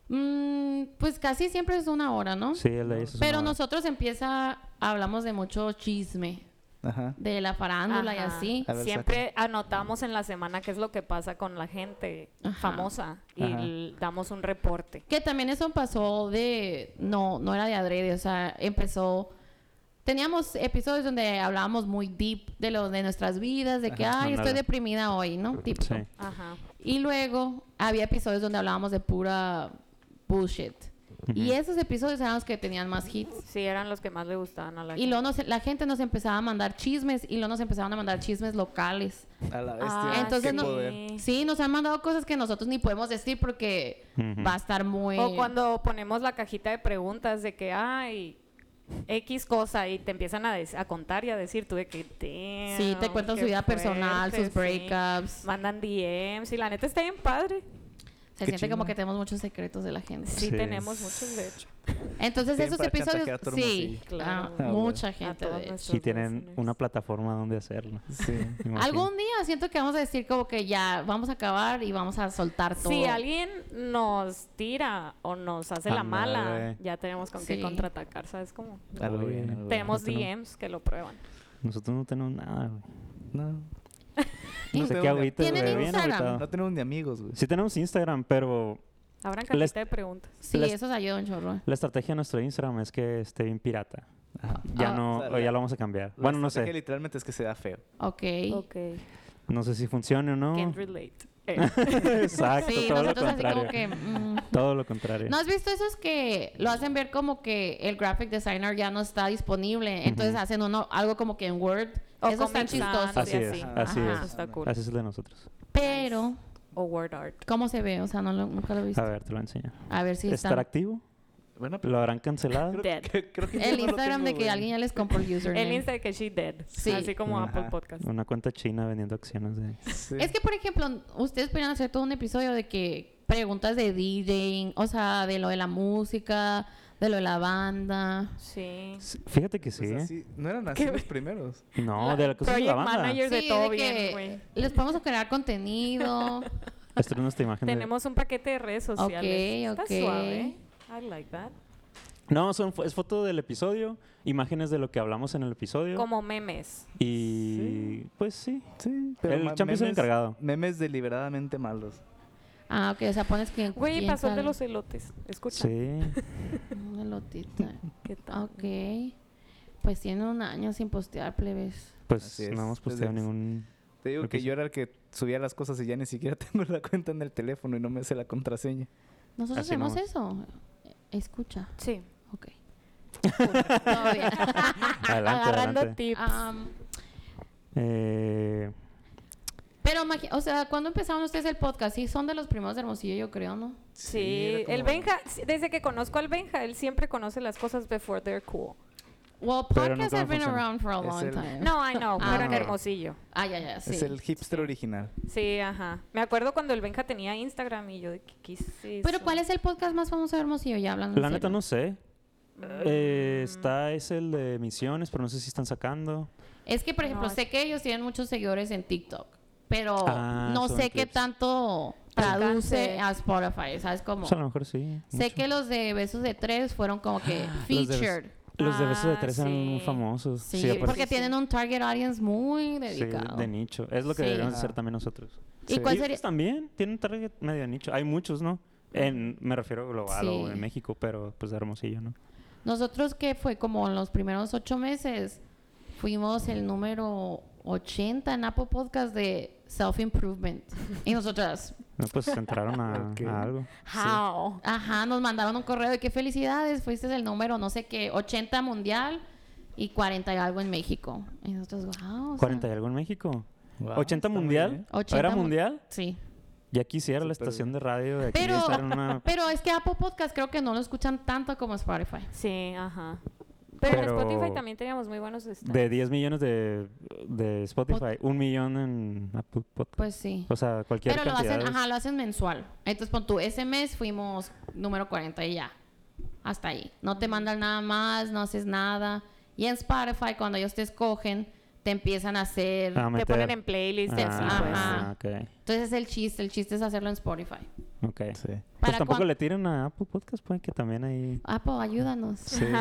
Mm, pues casi siempre es una hora, ¿no? Sí, el de eso es Pero una- nosotros empieza, hablamos de mucho chisme, Ajá. de la farándula y Ajá. así. A ver, Siempre anotamos en la semana qué es lo que pasa con la gente Ajá. famosa y Ajá. l- damos un reporte. Que también eso pasó de... No, no era de adrede, o sea, empezó... Teníamos episodios donde hablábamos muy deep de lo de nuestras vidas, de que, Ajá, ay, estoy ándale. deprimida hoy, ¿no? Típico. Sí. Ajá. Y luego había episodios donde hablábamos de pura bullshit. Y esos episodios eran los que tenían más hits. Sí, eran los que más le gustaban a la Y gente. luego nos- la gente nos empezaba a mandar chismes y luego nos empezaban a mandar chismes locales. A la Ah, bestia. Entonces qué no- poder. Sí, nos han mandado cosas que nosotros ni podemos decir porque Ujú. va a estar muy... O cuando ponemos la cajita de preguntas de que, ay, X cosa y te empiezan a, des- a contar y a decir tú de que Sí, te "Damn, cuentan qué su vida personal, sus fuerte, sí". breakups. Mandan DMs y la neta está bien padre. Se Qué siente como chido. que tenemos muchos secretos de la gente. Sí, Sí. tenemos muchos, de hecho. Entonces Sí, esos para chantajear episodios, a todo sí, Hermosillo. claro, Claro. Ah, mucha A gente. todos de hecho. nuestros Si tienen listeners. una plataforma donde hacerlo. (laughs) Sí. me imagino. Algún día siento que vamos a decir como que ya vamos a acabar y vamos a soltar todo. Si alguien nos tira o nos hace la Ándale. mala, ya tenemos con Sí. qué contraatacar, ¿sabes cómo? Algo Oye, bien, algo bien. Tenemos nosotros no- DMs que lo prueban. Nosotros no tenemos nada, güey. No. No sé tengo qué ni- agüites, ¿Tienen güey. Bien Instagram? agüitado. No tenemos ni amigos, güey. Ah. Sí tenemos Instagram, pero Habrán cantidad Les- de preguntas. Sí, Las- eso se ayuda un chorro. la estrategia de nuestro Instagram es que esté bien pirata. Ya Ah. no, O sea, o ya la- lo vamos a cambiar. La Bueno, no estrategia sé. literalmente es que se da feo. Ok. Ok. No sé si funcione o no. (laughs) Can't relate. Eh, Exacto, Sí, todo lo nosotros así contrario. como que... mm. Todo lo contrario. ¿No has visto esos que lo hacen ver como que el graphic designer ya no está disponible? Entonces Ujú. hacen uno, algo como que en Word. O Eso está Comic Sans, chistoso. Así sí, es, así Ajá, es. Eso está cool. Así es el de nosotros. Pero, O word art. ¿cómo se ve? O sea, no lo- nunca lo he visto. A ver, te lo enseño. A ver si ¿Estará están. activo? Bueno, pero ¿Lo habrán cancelado? creo, Dead. que- creo que (laughs) yo El no lo Instagram tengo, de que güey. alguien ya les compró el username. El Insta de que she dead. Sí. Así como Ajá. Apple Podcast. Una cuenta china vendiendo acciones de... Sí. Es que, por ejemplo, ustedes podrían hacer todo un episodio de que preguntas de DJing, o sea, de lo de la música, de lo de la banda. Sí. Sí, Fíjate que sí. Pues ¿eh? así- no eran así ¿Qué? los primeros. No, La- de la cosa de la Project banda. Manager. Pero de todo bien, güey. les podemos crear contenido. Esta es nuestra imagen. de- Tenemos un paquete de redes sociales. Ok, Está ok. suave. I like that. No, son, fo- es foto del episodio, imágenes de lo que hablamos en el episodio. Como memes. Y pues sí. Sí, El ma- Champi es el memes- encargado. Memes deliberadamente malos. ah, ok, o sea, pones que. Güey, quién pasó el de sale. los elotes. Escucha. Sí. Una lotita. ¿Qué (laughs) tal? Ah, ok. Pues tiene un año sin postear, plebes. Pues Así es. no hemos posteado Desde- (laughs) ningún... Te digo Creo que que yo era el que subía las cosas y ya ni siquiera (laughs) tengo la cuenta en el teléfono y no me sé la contraseña. Nosotros Así hacemos nomás. eso. Escucha. Sí. Ok. Todo bien. Adelante, Agarrando adelante. tips. Am, Eh, pero, imagi- o sea, ¿cuándo empezaron ustedes el podcast? Sí, son de los primos de Hermosillo, yo creo, ¿no? Sí, era como- el Benja, sí, desde que conozco al Benja, él siempre conoce las cosas before they're cool. Well, Pero podcasts nunca me have been funcionó. around for a Es long el- time. No, I know, Ah, pero en ok. Hermosillo. Ah, ya, ya, sí. Es el hipster original. Sí, ajá. Me acuerdo cuando el Benja tenía Instagram y yo de que quise. Pero, ¿cuál es el podcast más famoso de Hermosillo? Ya hablando en la neta serio. no sé. Eh, está, es el de misiones, pero no sé si están sacando. Es que, por ejemplo, No, sé que ellos tienen muchos seguidores en TikTok, pero Ah, no son sé qué clips. tanto traduce Alcance. a Spotify, ¿sabes cómo? Pues a lo mejor sí. Sé mucho. Ah, que los de Besos de Tres fueron como que Los de Bes- featured. Los de Besos de Ah, Tres eran muy sí. famosos. Sí, aparte- porque sí. tienen un target audience muy sí, dedicado. de nicho. Es lo que Sí. deberíamos Ajá. hacer también nosotros. ¿Y Sí. cuál Y sería? ellos también tienen target medio nicho. Hay muchos, ¿no? En, me refiero global o Sí. en México, pero pues de Hermosillo, ¿no? Nosotros que fue como en los primeros ocho meses, fuimos el número 80 en Apple Podcast de Self-Improvement. y nosotras, No, pues entraron a, (laughs) Ok. a algo. How? ajá, nos mandaron un correo de qué felicidades, fuiste el número, no sé qué, 80 mundial y 40 y algo en México. Y nosotros, wow. 40 y algo en México. Wow, 80 está muy mundial. bien. ¿Era mundial? Sí. Ya quisiera la Súper estación de radio de aquí Pero, pues, estar en una... (laughs) pero es que Apple Podcast creo que no lo escuchan tanto como Spotify. Sí, ajá. Pero, en Pero- Spotify también teníamos muy buenos este, stats. De 10 millones de, de Spotify, un millón en Apple Podcast. Pues sí. o sea, cualquier Pero lo cantidad. hacen, es- ajá, lo hacen mensual. Entonces, pon tú, ese mes fuimos número 40 y ya. Hasta ahí. No te mandan nada más, no haces nada. Y en Spotify, cuando ellos te escogen, te empiezan a hacer... Ah, Te meter. ponen en playlist y así, pues. Ajá. Ah, Entonces, es el chiste. El chiste es hacerlo en Spotify. ok. Ok. Sí. Pues Para tampoco cuan- le tiran a Apple Podcast, pueden que también ahí... Apple, ayúdanos. (laughs) Sí. (laughs)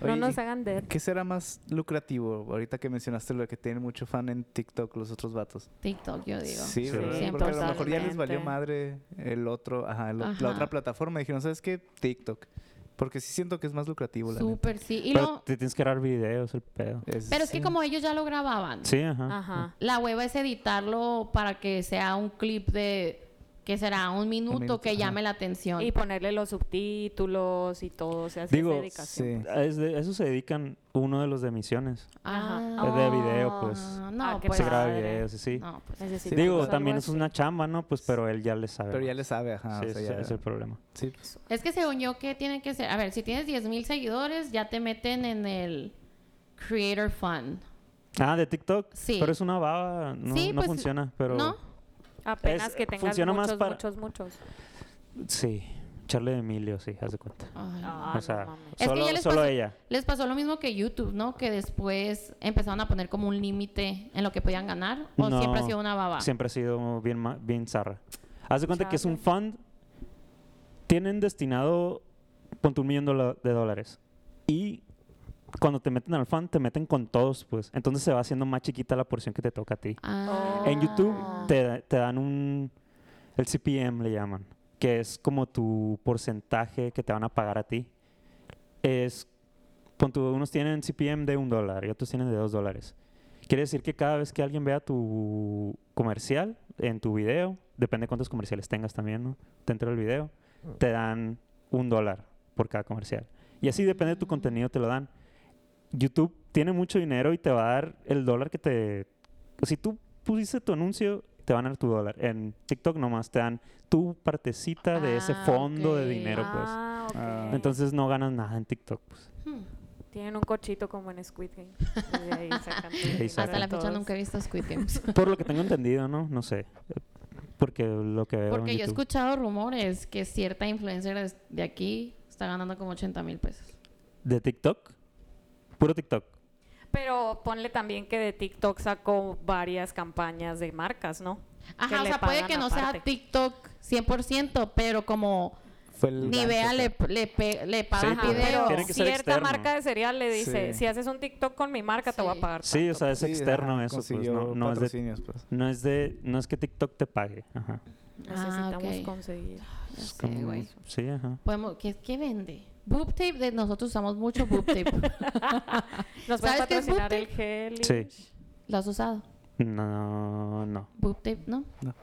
No Oye, nos ¿y hagan dead. ¿Qué será más lucrativo? Ahorita que mencionaste lo de que tienen mucho fan en TikTok los otros vatos. TikTok, yo digo. Sí, Sí, ¿verdad? siempre Porque a lo mejor ya les totalmente. valió madre el otro, ajá, el o- Ajá. la otra plataforma. Dijeron, ¿sabes qué? TikTok. Porque sí siento que es más lucrativo, la neta. Súper, sí. Y pero lo- te tienes que grabar videos, el pedo. pero es que como ellos ya lo grababan, Sí, ajá. Ajá. la hueva es editarlo para que sea un clip de que será un minuto, minuto, que llame la ajá. atención. Y ponerle los subtítulos y todo, o sea, sí es Digo, dedicación. pues. Sí. A es de- a eso se dedican uno de los de misiones. Ajá. Es de video, pues. No, Ah, qué pues. se graba padre. videos, y sí. No, pues. Necesitamos Digo, algo también es así. una chamba, ¿no? Pues, pero él ya le sabe. Pero ya más. le sabe, ajá. Sí, o sea, ese ya- es el problema. sí. Es que según yo, ¿qué tiene que ser? A ver, si tienes 10 mil seguidores, ya te meten en el Creator Fund. Ah, de TikTok. Sí. Pero es una baba. No, Sí, no pues, funciona, pero. ¿No? Apenas Es- que tengas funciona muchos, más para- muchos, muchos. Sí. Charlie de Emilio, sí, haz de cuenta. Ay, no. Ah, o sea, no mames. Es que solo, ya les solo pasó- ella. Les pasó lo mismo que YouTube, ¿no? Que después empezaron a poner como un límite en lo que podían ganar. ¿O No, siempre ha sido una baba? Siempre ha sido bien, ma- bien zarra. Haz de cuenta que es Chale. un fund. Tienen destinado con un millón dola- de dólares. Y cuando te meten al fund, te meten con todos, pues. Entonces se va haciendo más chiquita la porción que te toca a ti. Ah. En YouTube te, te dan un... El CPM le llaman, que es como tu porcentaje que te van a pagar a ti. Es... pon tú, unos tienen CPM de un dólar y otros tienen de dos dólares. Quiere decir que cada vez que alguien vea tu comercial en tu video, depende cuántos comerciales tengas también, ¿no? Dentro del video, te dan un dólar por cada comercial. Y así depende de tu contenido, te lo dan. YouTube tiene mucho dinero y te va a dar el dólar que te... Si tú pusiste tu anuncio, te van a dar tu dólar. En TikTok nomás te dan tu partecita de ese Ah, fondo ok. de dinero, Ah, ok. Ah. pues. Entonces no ganas nada en TikTok, pues. Hmm. Tienen un cochito como en Squid Game. Y (laughs) de ahí sacan todo el dinero sacan. Hasta la de fecha todos. nunca he visto Squid (laughs) Games. Por lo que tengo entendido, ¿no? No sé. Porque lo que veo Porque en yo he YouTube. escuchado rumores que cierta influencer es- de aquí está ganando como 80 mil pesos. ¿De TikTok? Puro TikTok. Pero ponle también que de TikTok sacó varias campañas de marcas, ¿no? Ajá, o le sea, puede pagan que no sea aparte. TikTok 100%, pero como Fue el ni gancho vea acá. le, le, pe- le pagan Sí, Ajá, pues, video. tiene que ser cierta externo. marca de cereal le dice, Sí. si haces un TikTok con mi marca te voy Sí. a pagar. Sí, o tanto". sea, es Sí, externo ajá, eso, pues. consiguió No, no es de, patrocinios, pues. no es de... No es que TikTok te pague. Ajá. necesitamos Ah, ok. conseguir. Ya Es sé, como- güey. sí, ajá. Podemos, ¿qué, qué vende? Boob tape, de, nosotros usamos mucho boob tape. (laughs) Nos va ¿Sabes a qué es patrocinar el Bootleg? gel. y- Sí. ¿Lo has usado? (laughs) No, no. Boob tape, ¿no? No.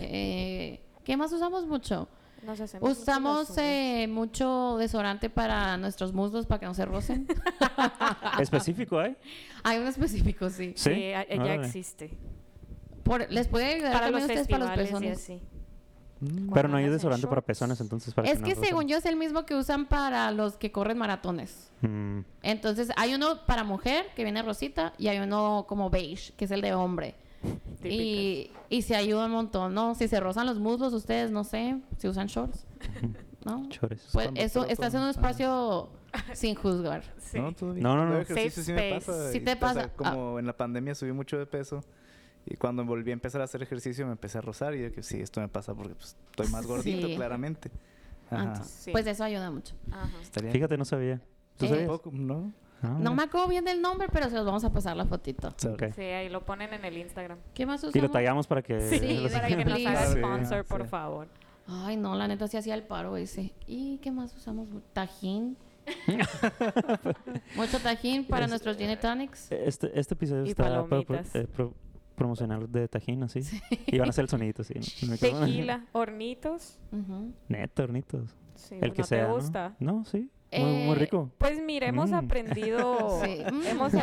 Eh, ¿Qué más usamos mucho? Nos hacemos mucho Usamos las uñas. eh, mucho desodorante para nuestros muslos para que no se rocen. ¿Específico hay? Hay un específico, sí. Sí. Sí, a- ya Órale. existe. Por- ¿Les puede ayudar Para los también ustedes para los festivales y pezones? así. Mm. Pero no hay andas en desodorante para shorts. pezones, entonces para Es que según yo es el mismo que usan para los que corren maratones. Mm. Entonces hay uno para mujer que viene rosita y hay uno como beige, que es el de hombre. Y, y se ayuda un montón, ¿no? Si se rozan los muslos ustedes, no sé, si usan shorts, ¿no? Chores. Pues Cuando eso, trato, estás en un ah. espacio sin juzgar. Sí. No, todo bien. No, no, no. Yo ejercicio sí me Safe pasa. space. Sí y, te o sea, pasa. Ah. como en la pandemia subí mucho de peso y cuando volví a empezar a hacer ejercicio me empecé a rozar y yo que sí, esto me pasa porque pues, estoy más gordito, Sí. claramente. Ah, Ajá. entonces, Sí. Pues eso ayuda mucho. Ajá. Estaría Fíjate, no sabía. ¿Tú Eh, sabías? poco, ¿no? Ah, No me acuerdo bien del nombre, pero se los vamos a pasar la fotito. ok. Sí, ahí lo ponen en el Instagram. ¿Qué más usamos? Y lo tallamos para que... Sí, (laughs) Sí, para sí, que nos haga please. sponsor, Sí, por sí. favor. Ay, no, la neta sí hacía el paro ese. ¿Y qué más usamos? Tajín. (laughs) Mucho tajín para Es- nuestros gin and tonics. Este, este episodio Y está para pro- palomitas. eh, pro- promocionar de Tajín, así. Y van a hacer el sonidito, así. en el micrófono. (laughs) Tequila, hornitos. Ujú. Neto, hornitos. Sí, el que no sea. te ¿no? gusta. ¿no? sí. Muy, muy Eh, rico. Pues mira, hemos Mm. aprendido, (laughs) Sí. Mm, Oh. hemos yummy. (laughs)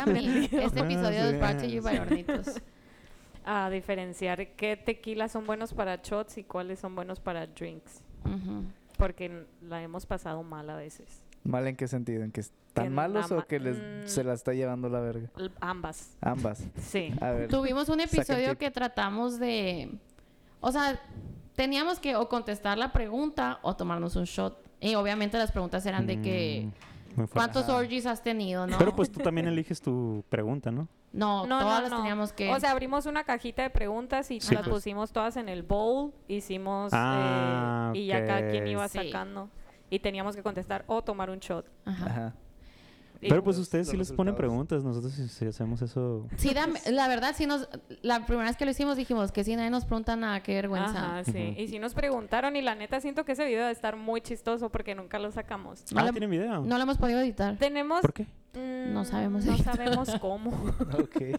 (laughs) aprendido Este Ah, episodio sí. es brought to you by Hornitos. a diferenciar qué tequilas son buenos para shots y cuáles son buenos para drinks, Ujú. porque n- la hemos pasado mal a veces. ¿Mal en qué sentido? ¿En que están Que malos nada o que ma- les, Mm. se la está llevando la verga? L- ambas, Ambas. sí. A ver. Tuvimos un Saca el episodio tip. que tratamos de... O sea, teníamos que o contestar la pregunta o tomarnos un shot. Y obviamente las preguntas eran de que... Mm, muy fuerte. ¿Cuántos orgies has tenido, no? Pero pues tú también eliges tu pregunta, ¿no? no, No, todas no, las no. teníamos que... O sea, abrimos una cajita de preguntas y Sí, las pues. pusimos todas en el bowl, hicimos eh, Ah, y ya cada quien ok. iba Sí. sacando y teníamos que contestar o tomar un shot. Ajá. Ajá. Y- Pero pues los- ustedes sí los les ponen resultados. preguntas. Nosotros si, si hacemos eso... Sí, dame- la verdad, sí nos... La primera vez que lo hicimos dijimos que si nadie nos pregunta nada, qué vergüenza. Ajá, sí. Ujú. Y si nos preguntaron y la neta siento que ese video debe estar muy chistoso porque nunca lo sacamos. No ah, la- ¿tienen video? No lo hemos podido editar. Tenemos ¿Por qué? Mm, No sabemos No (laughs) esto. (laughs) sabemos cómo. Ok.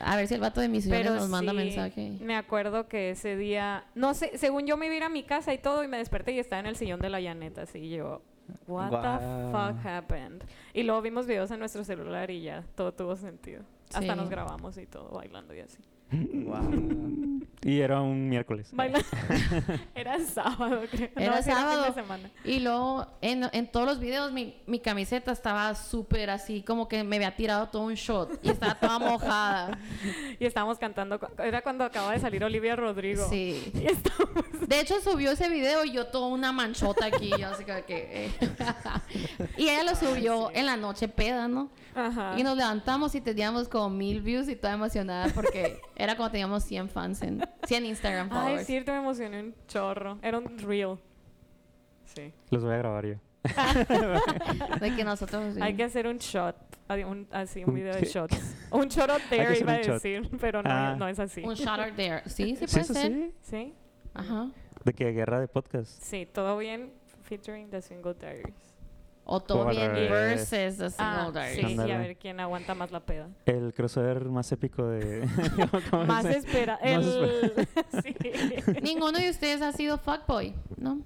A ver si el vato de mis Pero señores nos manda sí, mensaje. Me acuerdo que ese día, no sé, según yo me iba a ir a mi casa y todo, y me desperté y estaba en el sillón de la llaneta, así y yo. What the Guau. fuck happened? Y luego vimos videos en nuestro celular y ya, todo tuvo sentido. Hasta Sí. nos grabamos y todo, bailando y así. Wow. Y era un miércoles. (laughs) Bailando. era sábado, creo. No, Era sí, fin de sábado. semana. Y luego, en, en todos los videos, mi, mi camiseta estaba súper así, como que me había tirado todo un shot y estaba (laughs) toda mojada. Y estábamos cantando, cu- era cuando acaba de salir Olivia Rodrigo. Sí. (laughs) Y estábamos De hecho, subió ese video y yo toda una manchota aquí, yo así como que... eh. (laughs) y ella lo subió en la noche peda, ¿no? Ajá. Y nos levantamos y teníamos como mil views y toda emocionada porque era cuando teníamos 100 fans en... 100 Instagram Ay, followers. es cierto, me emocioné un chorro. Era un reel. Sí. Los voy a grabar yo. (laughs) De que nosotros... Hay que hacer un shot. Adi- un- así, (laughs) un ¿Un video de qué? shots. Un shot out Hay que there, hacer iba a un shot. decir, (laughs) pero no, Ah. no es así. Un shot out there. Sí, sí ¿Sí puede eso ser. sí? ¿Sí? Ajá. De que guerra de podcast. Sí, todo bien featuring The Single Diaries. O todo al bien revés. versus the single Ah, diaries. sí, y a Ándale. ver quién aguanta más la (laughs) peda. El crossover más épico (laughs) de... (laughs) ¿Cómo Más se- espera. Más El... (laughs) sí. Ninguno de ustedes ha sido fuckboy, ¿no?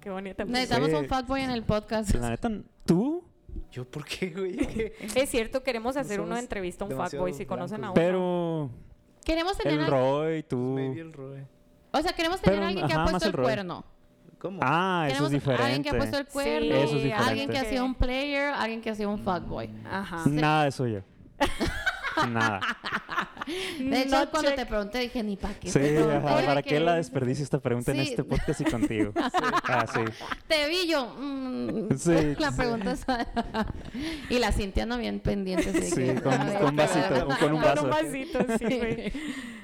Qué bonita. música. Necesitamos un Sí. fuckboy en el podcast. La neta, ¿tú? ¿Yo por qué, güey? Es cierto, queremos hacer una somos entrevista a un demasiado fuckboy si conocen a uno. blancos. Pero... Queremos tener El al- Roy, tú... Maybe el Roe. o sea, queremos tener Pero, a alguien que ha ajá, más puesto el el rol. cuerno. ¿Cómo? Ah, eso Queremos es a alguien diferente. que ha puesto el Sí, cuerno, Eso es alguien diferente. que ha sido un player, alguien que ha sido un fuckboy. Ajá. Nada de eso yo. Nada. (laughs) De hecho, No cuando check. te pregunté dije, ni para qué. Sí, te pregunté, ajá, ¿para que qué la desperdicio esta pregunta en Sí. este podcast (laughs) y contigo? Ah, sí. Te vi yo. mm, Sí, (laughs) la sí. pregunta es- y la Cintia no bien pendiente. así Sí, que, "Ah, con- a ver, con a ver, vasito, a ver. con (laughs) un vaso. Con un vasito, sí, güey.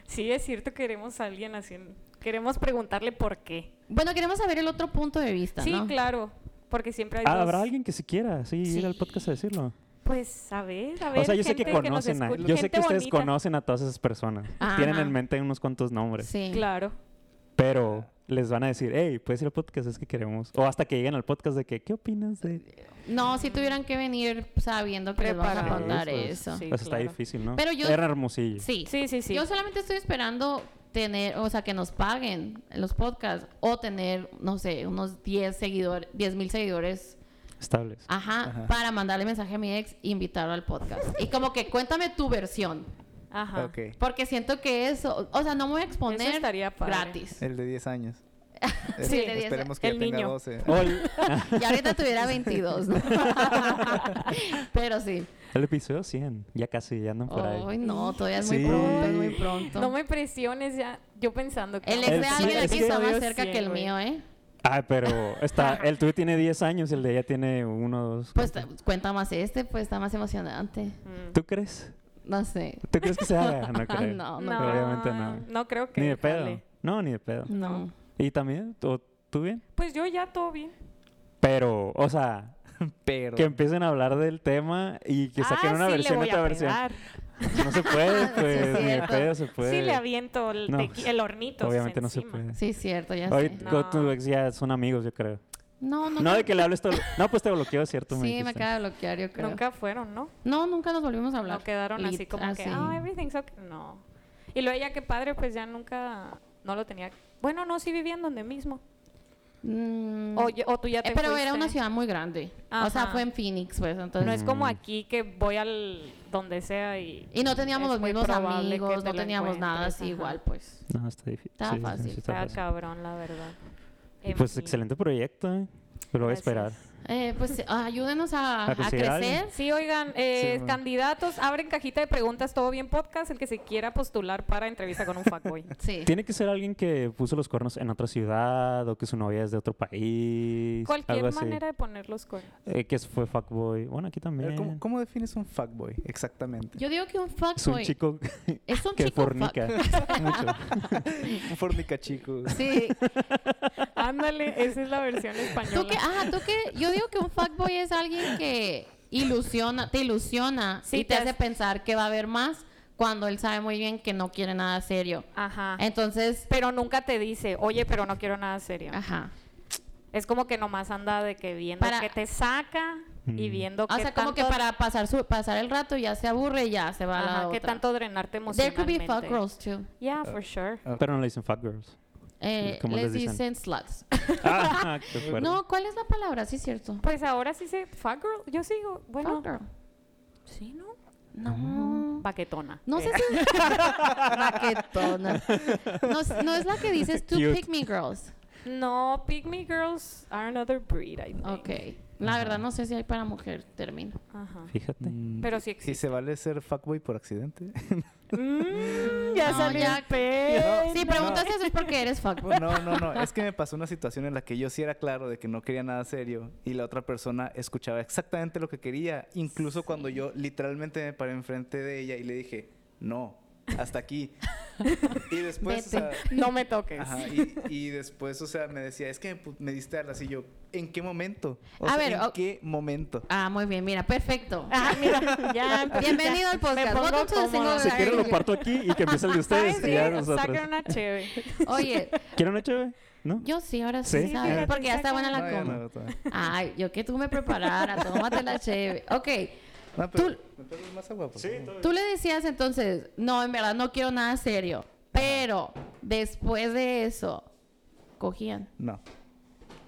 Sí, es cierto, queremos a alguien así. en- Queremos preguntarle por qué. Bueno, queremos saber el otro punto de vista, Sí, ¿no? claro. Porque siempre hay Ah, dos- ¿Habrá alguien que se quiera sí, ir al Sí. podcast a decirlo? Pues, a ver, a ver. O sea, yo sé que gente nos conocen a... escuche, Yo sé gente que ustedes bonita. conocen a todas esas personas. Ajá. Tienen en mente unos cuantos nombres. Sí. Claro. Pero les van a decir, hey, puedes ir al podcast, es que queremos. O hasta que lleguen al podcast de que, ¿qué opinas de...? No, si tuvieran que venir sabiendo que les vamos a Preparados, contar pues, eso. sí. O sea, está claro. difícil, ¿no? Pero yo- Era hermosillo. Sí. Sí, sí, sí. Yo solamente estoy esperando tener, o sea, que nos paguen los podcasts o tener, no sé, unos 10 seguidores, 10 mil seguidores, Estables. ajá, para mandarle mensaje a mi ex e invitarlo al podcast. y como que cuéntame tu versión, Ajá. Ok. porque siento que eso, o sea, no me voy a exponer Eso estaría padre. gratis. (laughs) El de 10 años. Sí, el de 10 Esperemos que el ya tenga niño. 12. O el, (laughs) Y ahorita tuviera 22. ¿no? (laughs) Pero sí. el episodio 100. Ya casi, ya andan por Ay, ahí. no, todavía es muy Sí. pronto, es muy pronto. No me presiones ya. Yo pensando que... El ex de sí, alguien es aquí que- está más cerca que el güey. mío, ¿eh? Ay, pero está, el tuyo tiene 10 años, el de ella tiene uno, dos. Pues t- cuenta más este, pues está más emocionante. Mm. ¿Tú crees? No sé. ¿Tú crees que se haga? No creo. No, No, no. Obviamente no. No creo que... Ni de pedo. jale. No, ni de pedo. No. ¿Y también? ¿Tú, tú bien? Pues yo ya todo bien. Pero, o sea, Pero. que empiecen a hablar del tema y que saquen ah, una sí versión, le voy otra a versión. pegar. (laughs) No (laughs) se puede, Sí, pues, es ni de cierto. pedo se puede. Sí le aviento el, No, tequi- el hornito. Obviamente no se encima. puede. Sí, cierto, ya sé. Ahorita No. con tu ex ya son amigos, yo creo. No, no. No de que le hables todo. No, pues te bloqueo, ¿cierto? Sí, me dijiste. acaba de bloquear, yo creo. Nunca fueron, ¿no? No, nunca nos volvimos a hablar. No quedaron así Lit- como que, así. ah, everything's okay. No. Y luego ya que padre, pues ya nunca, no lo tenía. Bueno, no, sí vivían donde mismo. Mm, O, yo- o tú ya te eh, pero era fuiste. una ciudad muy grande. O sea, Ajá. fue en Phoenix, pues, entonces... No es Mm. como aquí que voy al donde sea y... Y no teníamos es los muy mismos probable que amigos, te no lo teníamos nada encuentres, así ajá. igual, pues. No, está difícil. Está Sí, sí, fácil. sí, está Está fácil. cabrón, la verdad. Y En pues fin. excelente proyecto, ¿eh? Lo voy a Gracias. esperar. Eh, (laughs) pues eh, ayúdenos a, A a conseguir a alguien. crecer. Sí, oigan, eh, bueno. candidatos, abren cajita de preguntas, todo bien podcast, el que se quiera postular para entrevista con un (laughs) fuckboy. Sí. Tiene que ser alguien que puso los cuernos en otra ciudad o que su novia es de otro país. algo Cualquier así. manera de poner los cuernos. Eh, que fue fuckboy. Bueno, aquí también. Pero, ¿Cómo, cómo defines un fuckboy (laughs) exactamente? Yo digo que un Es un fuckboy... chico Es un que chico fornica. fuck. Mucho. (laughs) un fornica chico. (laughs) Sí, Ándale, esa es la versión española. ¿Tú qué? Ajá, ¿tú qué? Yo digo que un fuckboy es alguien que ilusiona, te ilusiona Sí, y te te hace hace- pensar que va a haber más cuando él sabe muy bien que no quiere nada serio. Ajá. Entonces, Ah. pero nunca te dice, oye, pero no quiero nada serio. ajá. Es como que nomás anda de que viendo Para- que te saca y viendo O qué sea, como que tanto- para pasar, su, pasar el rato ya se aburre y ya se va a Ajá, la qué otra. tanto drenarte There could be emocionalmente. fuck girls too. Yeah, for sure. Pero no le dicen fat girls. Eh, ¿Cómo les les dicen? dicen sluts. (laughs) Ah, qué fuerte. No, ¿cuál es la palabra? Sí, cierto. Pues ahora sí se... Fuck girl. Yo sigo. Bueno. Mm. Fuck girl. Sí, ¿no? No. Baquetona. No (laughs) sé si. Baquetona. No, es- no es la que dices tú, Cute. pick me girls. No, pygmy girls are another breed, I think. Ok. La verdad, no sé si hay para mujer término. Ajá. Fíjate. Pero sí Si existe. se vale ser fuckboy por accidente. (laughs) Mm, ya No, salió ya- el pelo. Si preguntas eso es porque eres (laughs) fuckboy. Pues No, no, no. Es que me pasó una situación en la que yo sí era claro de que no quería nada serio y la otra persona escuchaba exactamente lo que quería, incluso cuando yo literalmente me paré enfrente de ella y le dije, no, (laughs) hasta aquí. y después, o sea, Vete. No me toques. ajá, y, y después, o sea, me decía, es que me, pu- me diste alas y yo, ¿en qué momento? O A sea, ver, ¿en o- qué momento? Ah, muy bien, mira, perfecto. Ah, mira, (laughs) ya. Bienvenido al podcast. Me pongo Welcome to the cómoda. single Si guy. quieren lo parto aquí y que empiece el (laughs) de ustedes y ya ¿Sabes qué? nosotros. Saca (laughs) una chévere. Oye, ¿Quieren una chévere? ¿No? yo sí, ahora sí, Sí, ¿sabes? fíjate, Porque ya está saca- buena No, la ya coma. no, todavía. Ay, yo que tú me preparara, tómate la (laughs) chévere. Ok, No, pero, Tú- ¿me pegas más agua? por favor? tú le decías entonces, no, en verdad no quiero nada serio, pero después de eso, cogían, No,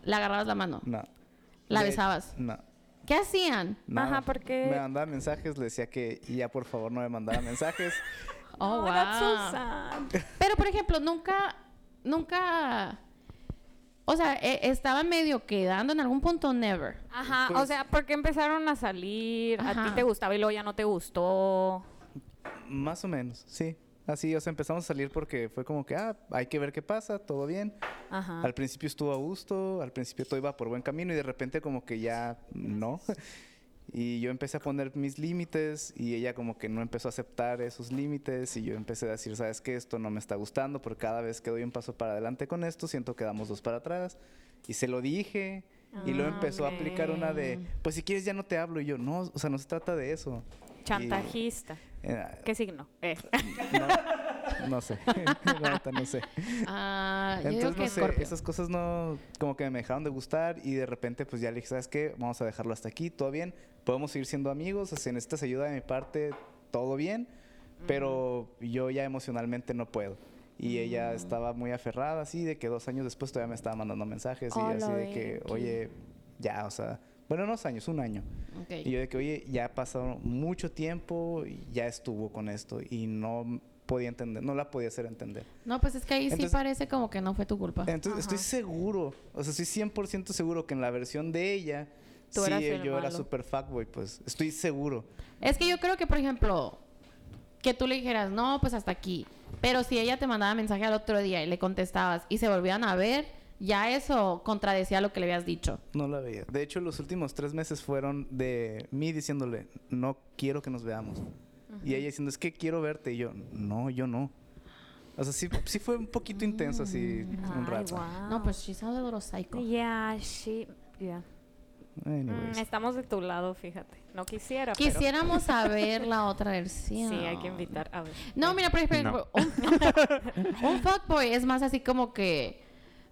le agarrabas la mano, no. la De- besabas. No. ¿Qué hacían? Nada. Ajá, porque- pues, Me mandaba mensajes, le decía que ya por favor no me mandaba mensajes. (laughs) Oh, wow. that's so sad. Pero, por ejemplo, nunca, nunca, o sea, e- estaba medio quedando en algún punto, never. Ajá, o Pues- sea, porque empezaron a salir, a Ajá. ti te gustaba y luego ya no te gustó. Más o menos, sí. Así, o sea, empezamos a salir porque fue como que, ah, hay que ver qué pasa, todo bien. Ajá. Al principio estuvo a gusto, al principio todo iba por buen camino y de repente como que ya no. (laughs) Y yo empecé a poner mis límites y ella como que no empezó a aceptar esos límites y yo empecé a decir, sabes que esto no me está gustando porque cada vez que doy un paso para adelante con esto siento que damos dos para atrás. Y se lo dije y luego Ah, empezó a aplicar una de, ok. pues si quieres ya no te hablo y yo, no, o sea, no se trata de eso. Chantajista. Eh, ¿Qué signo? Eh. No, no sé. (laughs) La neta, no sé. Ah, yo digo Entonces, que no sé, Scorpio. esas cosas no, como que me dejaron de gustar y de repente pues ya le dije, ¿sabes qué? Vamos a dejarlo hasta aquí, todo bien, podemos seguir siendo amigos, o sea, si necesitas ayuda de mi parte, todo bien, pero yo ya emocionalmente no puedo. Y ella Mm. estaba muy aferrada así, de que dos años después todavía me estaba mandando mensajes Oh, y así lo de que, X. oye, ya, o sea, bueno, no dos años, un año. Ok. Y yo de que, oye, ya ha pasado mucho tiempo, y ya estuvo con esto y no podía entender, no la podía hacer entender. No, pues es que ahí sí Entonces- parece como que no fue tu culpa. Entonces estoy Ajá. seguro, o sea, estoy 100% seguro que en la versión de ella, Tú sí, eras eh, el yo era malo. super fuckboy, pues estoy seguro. Es que yo creo que, por ejemplo, que tú le dijeras, no, pues hasta aquí. Pero si ella te mandaba mensaje al otro día y le contestabas y se volvían a ver, ya eso contradecía lo que le habías dicho. No la veía. De hecho, los últimos tres meses fueron de mí diciéndole, no quiero que nos veamos. Y ella diciendo, es que quiero verte. Y yo, no, yo no. O sea, sí, sí fue un poquito intenso así (laughs) un Mm, Ay, rato. wow. No, pues she's a little psycho. Yeah, she... Yeah. Mm, Anyways. estamos de tu lado, fíjate. No quisiera, pero- (laughs) Quisiéramos saber la otra versión. Sí, hay que invitar a ver. Eh, No, mira, por ejemplo, un, (laughs) un fuckboy es más así como que,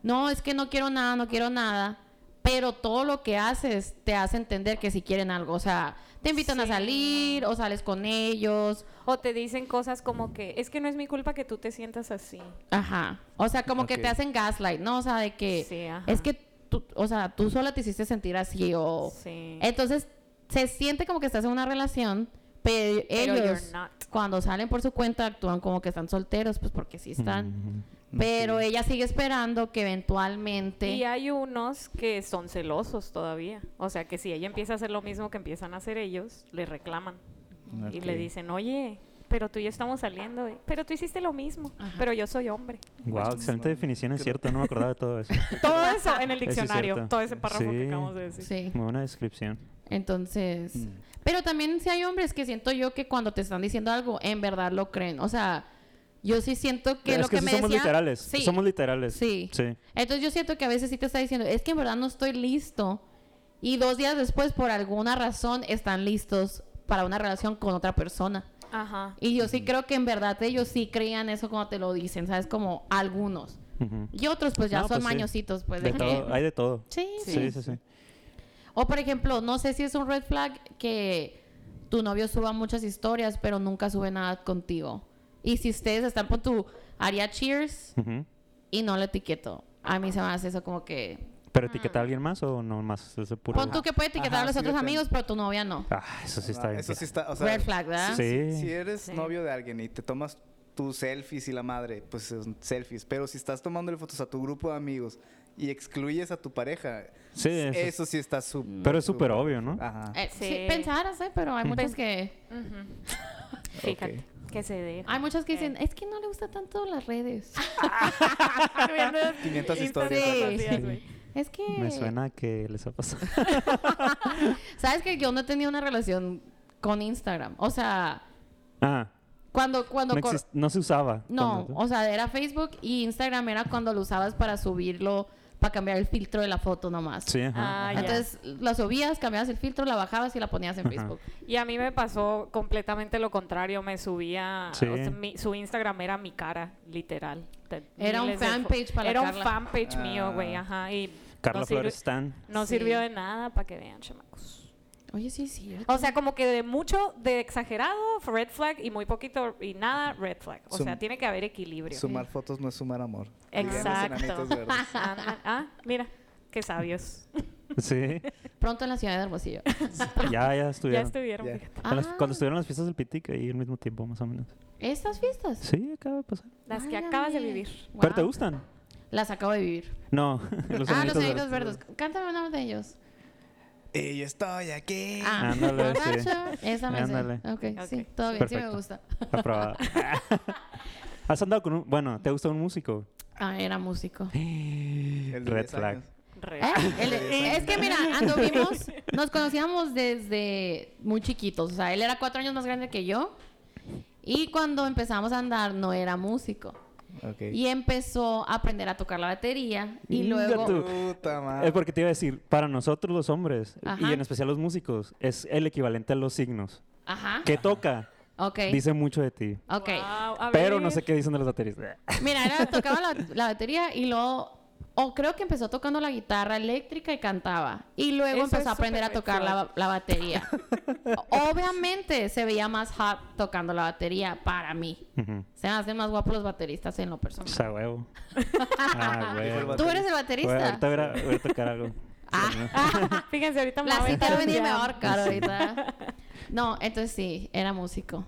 no, es que no quiero nada, no quiero nada, pero todo lo que haces te hace entender que si quieren algo, o sea, te invitan a Sí. salir o sales con ellos, O te dicen cosas como que es que no es mi culpa que tú te sientas así. ajá, o sea, como que Ok. te hacen gaslight, ¿no? O sea, de que Sí, ajá. Eh, es que, tú, o sea, tú sola te hiciste sentir así o... Sí. Entonces, se siente como que estás en una relación, pero, Pero you're ellos not. cuando salen por su cuenta actúan como que están solteros, pues porque sí están. Mm, Pero ella sigue esperando que eventualmente... Y hay unos que son celosos todavía. O sea, que si ella empieza a hacer lo mismo que empiezan a hacer ellos, le reclaman. Mm, Y le Ok. dicen, oye, pero tú y yo estamos saliendo. eh, Pero tú hiciste lo mismo. Ajá. Pero yo soy hombre. Wow, excelente definición, es cierto. No me acordaba (laughs) de todo eso. Todo eso en el Eso es diccionario. cierto. todo ese párrafo Sí. que acabamos de decir. Sí. Muy buena descripción. Entonces... Mm. Pero también si hay hombres que siento yo que cuando te están diciendo algo, en verdad lo creen. O sea, yo sí siento que es lo que, que, sí me somos decía- literales. Sí. Somos literales. Sí. Sí. Entonces yo siento que a veces sí te está diciendo, es que en verdad no estoy listo. Y dos días después, por alguna razón, están listos para una relación con otra persona. Ajá. Y yo sí creo que en verdad ellos sí creían eso cuando te lo dicen, ¿sabes? Como algunos. Ujú. Y otros pues ya No, son pues sí. mañositos, pues. De que- todo, hay de todo. Sí, sí. Sí, sí, sí. O por ejemplo, no sé si es un red flag que tu novio suba muchas historias, pero nunca sube nada contigo. Y si ustedes están por tu área cheers Ujú. y no lo etiqueto. A mí se me hace eso como que... ¿Pero etiqueta a alguien más o no más? Ese puro... Ah. Pon tú que puede etiquetar a Ajá, los sí, otros yo también. amigos, pero tu novia no. Ah, eso sí está Ah, bien. Eso feo. sí está, o sea, Red flag, ¿verdad? Eh, Sí. Si eres novio de alguien y te tomas tus selfies y la madre, pues son selfies. Pero si estás tomándole fotos a tu grupo de amigos y excluyes a tu pareja, Sí, eso, eso es- sí está súper. Ah. Pero es súper obvio, ¿no? Ajá. Eh, sí. Sí. pensaras, ¿eh? Pero hay muchas que... Fíjate, que se deja. (laughs) (laughs) Hay muchas que dicen, es que no le gusta tanto las redes. 500 Instagram, historias. Sí. así es, güey. Es que... Me suena que les ha pasado. (laughs) ¿Sabes que yo no tenía una relación con Instagram? O sea, ah, cuando... cuando no, cor- exist- no se usaba. No, cuando- o sea, era Facebook y Instagram era cuando lo usabas para subirlo, para cambiar el filtro de la foto nomás. Sí, ajá. Ah, ya. Entonces, la subías, cambiabas el filtro, la bajabas y la ponías en Ajá. Facebook. Y a mí me pasó completamente lo contrario. Me subía. Sí. o sea, mi- su Instagram era mi cara, literal. Te- Era un miles de fo- fanpage para la Era Carla. un fanpage mío, güey. Ah. Ajá. Y Carla no sirvi- Flores Stan. No Sí. sirvió de nada para que vean, chamacos. Oye, sí, sí. O sea, como que de mucho, de exagerado, red flag, y muy poquito, y nada, red flag. O Sum- sea, tiene que haber equilibrio. Sumar fotos no es sumar amor. Dirían los Exacto. enanitos verdes. (laughs) Ah, ah, mira, qué sabios. (laughs) Sí, Pronto en la ciudad de Hermosillo. ya, ya Ya estuvieron. estuvieron. Ya. fíjate. A las- Ah. Cuando estuvieron las fiestas del Pitic ahí al mismo tiempo, más o menos. ¿Estas fiestas? Sí, acaba de pasar. Las que Válgame. acabas de vivir. ¿Pero te Guau. gustan? Las acabo de vivir. No, (laughs) los ah, los Enanitos Enanitos Verdes. Verdes. Cántame una de ellos. Y yo estoy aquí. Ah, Ándale, sí. borracho. Esa me Ándale. sé. Okay, Ok. sí, todo bien. Sí Perfecto. me gusta. (laughs) Aprobada. ¿Has andado con un... Bueno, ¿te gusta un músico? Ah, era músico. (gasps) El de Red 10 flag. años. Re- (laughs) ¿Eh? Él- eh, es que mira, anduvimos, nos conocíamos desde muy chiquitos. O sea, él era cuatro años más grande que yo. Y cuando empezamos a andar, no era músico. Ok. Y empezó a aprender a tocar la batería. Y Inga luego. tu- Puta madre. Es porque te iba a decir, para nosotros los hombres, Ajá. y en especial los músicos, es el equivalente a los signos. Ajá. ¿Qué toca? Ok. Dice mucho de ti. Ok. Guau, a Pero no ver. sé (laughs) qué dicen de los bateristas. (laughs) Mira, era, tocaba la, la batería y luego. O creo que empezó tocando la guitarra eléctrica y cantaba. Y luego Eso empezó es a aprender a súper tocar red la, la (laughs) batería. Obviamente se veía más hot tocando la batería para mí. Ujú. Se me hacen más guapos los bateristas en lo O personal. (laughs) sea, Pues huevo. Ah, (laughs) Dijo el huevo. Tú eres el baterista. Ah, Bueno, ahorita voy a, voy a tocar algo. Ah, Fíjense, ahorita me La voy a cita va a venir cambiar. mejor caro ahorita. No, entonces sí, era músico.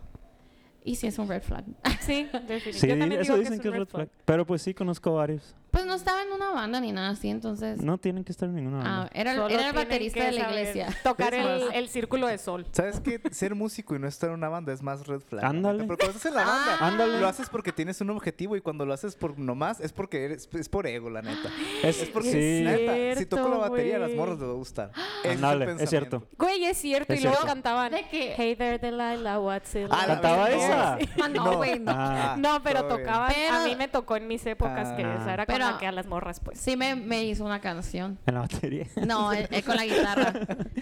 Y sí es un red flag. Sí, definitivamente. (laughs) Sí, Yo también eso digo dicen que que es un red flag. Pero pues sí, conozco varios. Pues no estaba en una banda ni nada así, entonces. No tienen que estar en ninguna Ah, banda. era, Solo era el tienen baterista que de la saber (laughs) iglesia. Tocar Es el, más- el círculo de sol. ¿Sabes qué? Ser músico y no estar en una banda es más red flag. Ándale. Pero cuando estás en la banda, Ah. Ándale. lo haces porque tienes un objetivo y cuando lo haces por nomás es porque eres, es por ego, la neta. Es, Es porque sí, Ah. neta, si toco la cierto, batería, las güey. morras les va a gustar. Ese el Ándale, es pensamiento. cierto. Güey, es cierto. Es y luego cierto. cantaban. ¿De qué? Hey there, Delilah, what's it Ah, la like?" ¿Cantaba verga. (laughs) esa? Ah, no, güey, no. Ah, No, pero Todo bien. tocaban. Pero- A mí me tocó en mis épocas que Ah. esa era con Pero- la que a las morras, pues. Sí me, me hizo una canción. en la batería. (laughs) No, eh, eh, con la guitarra.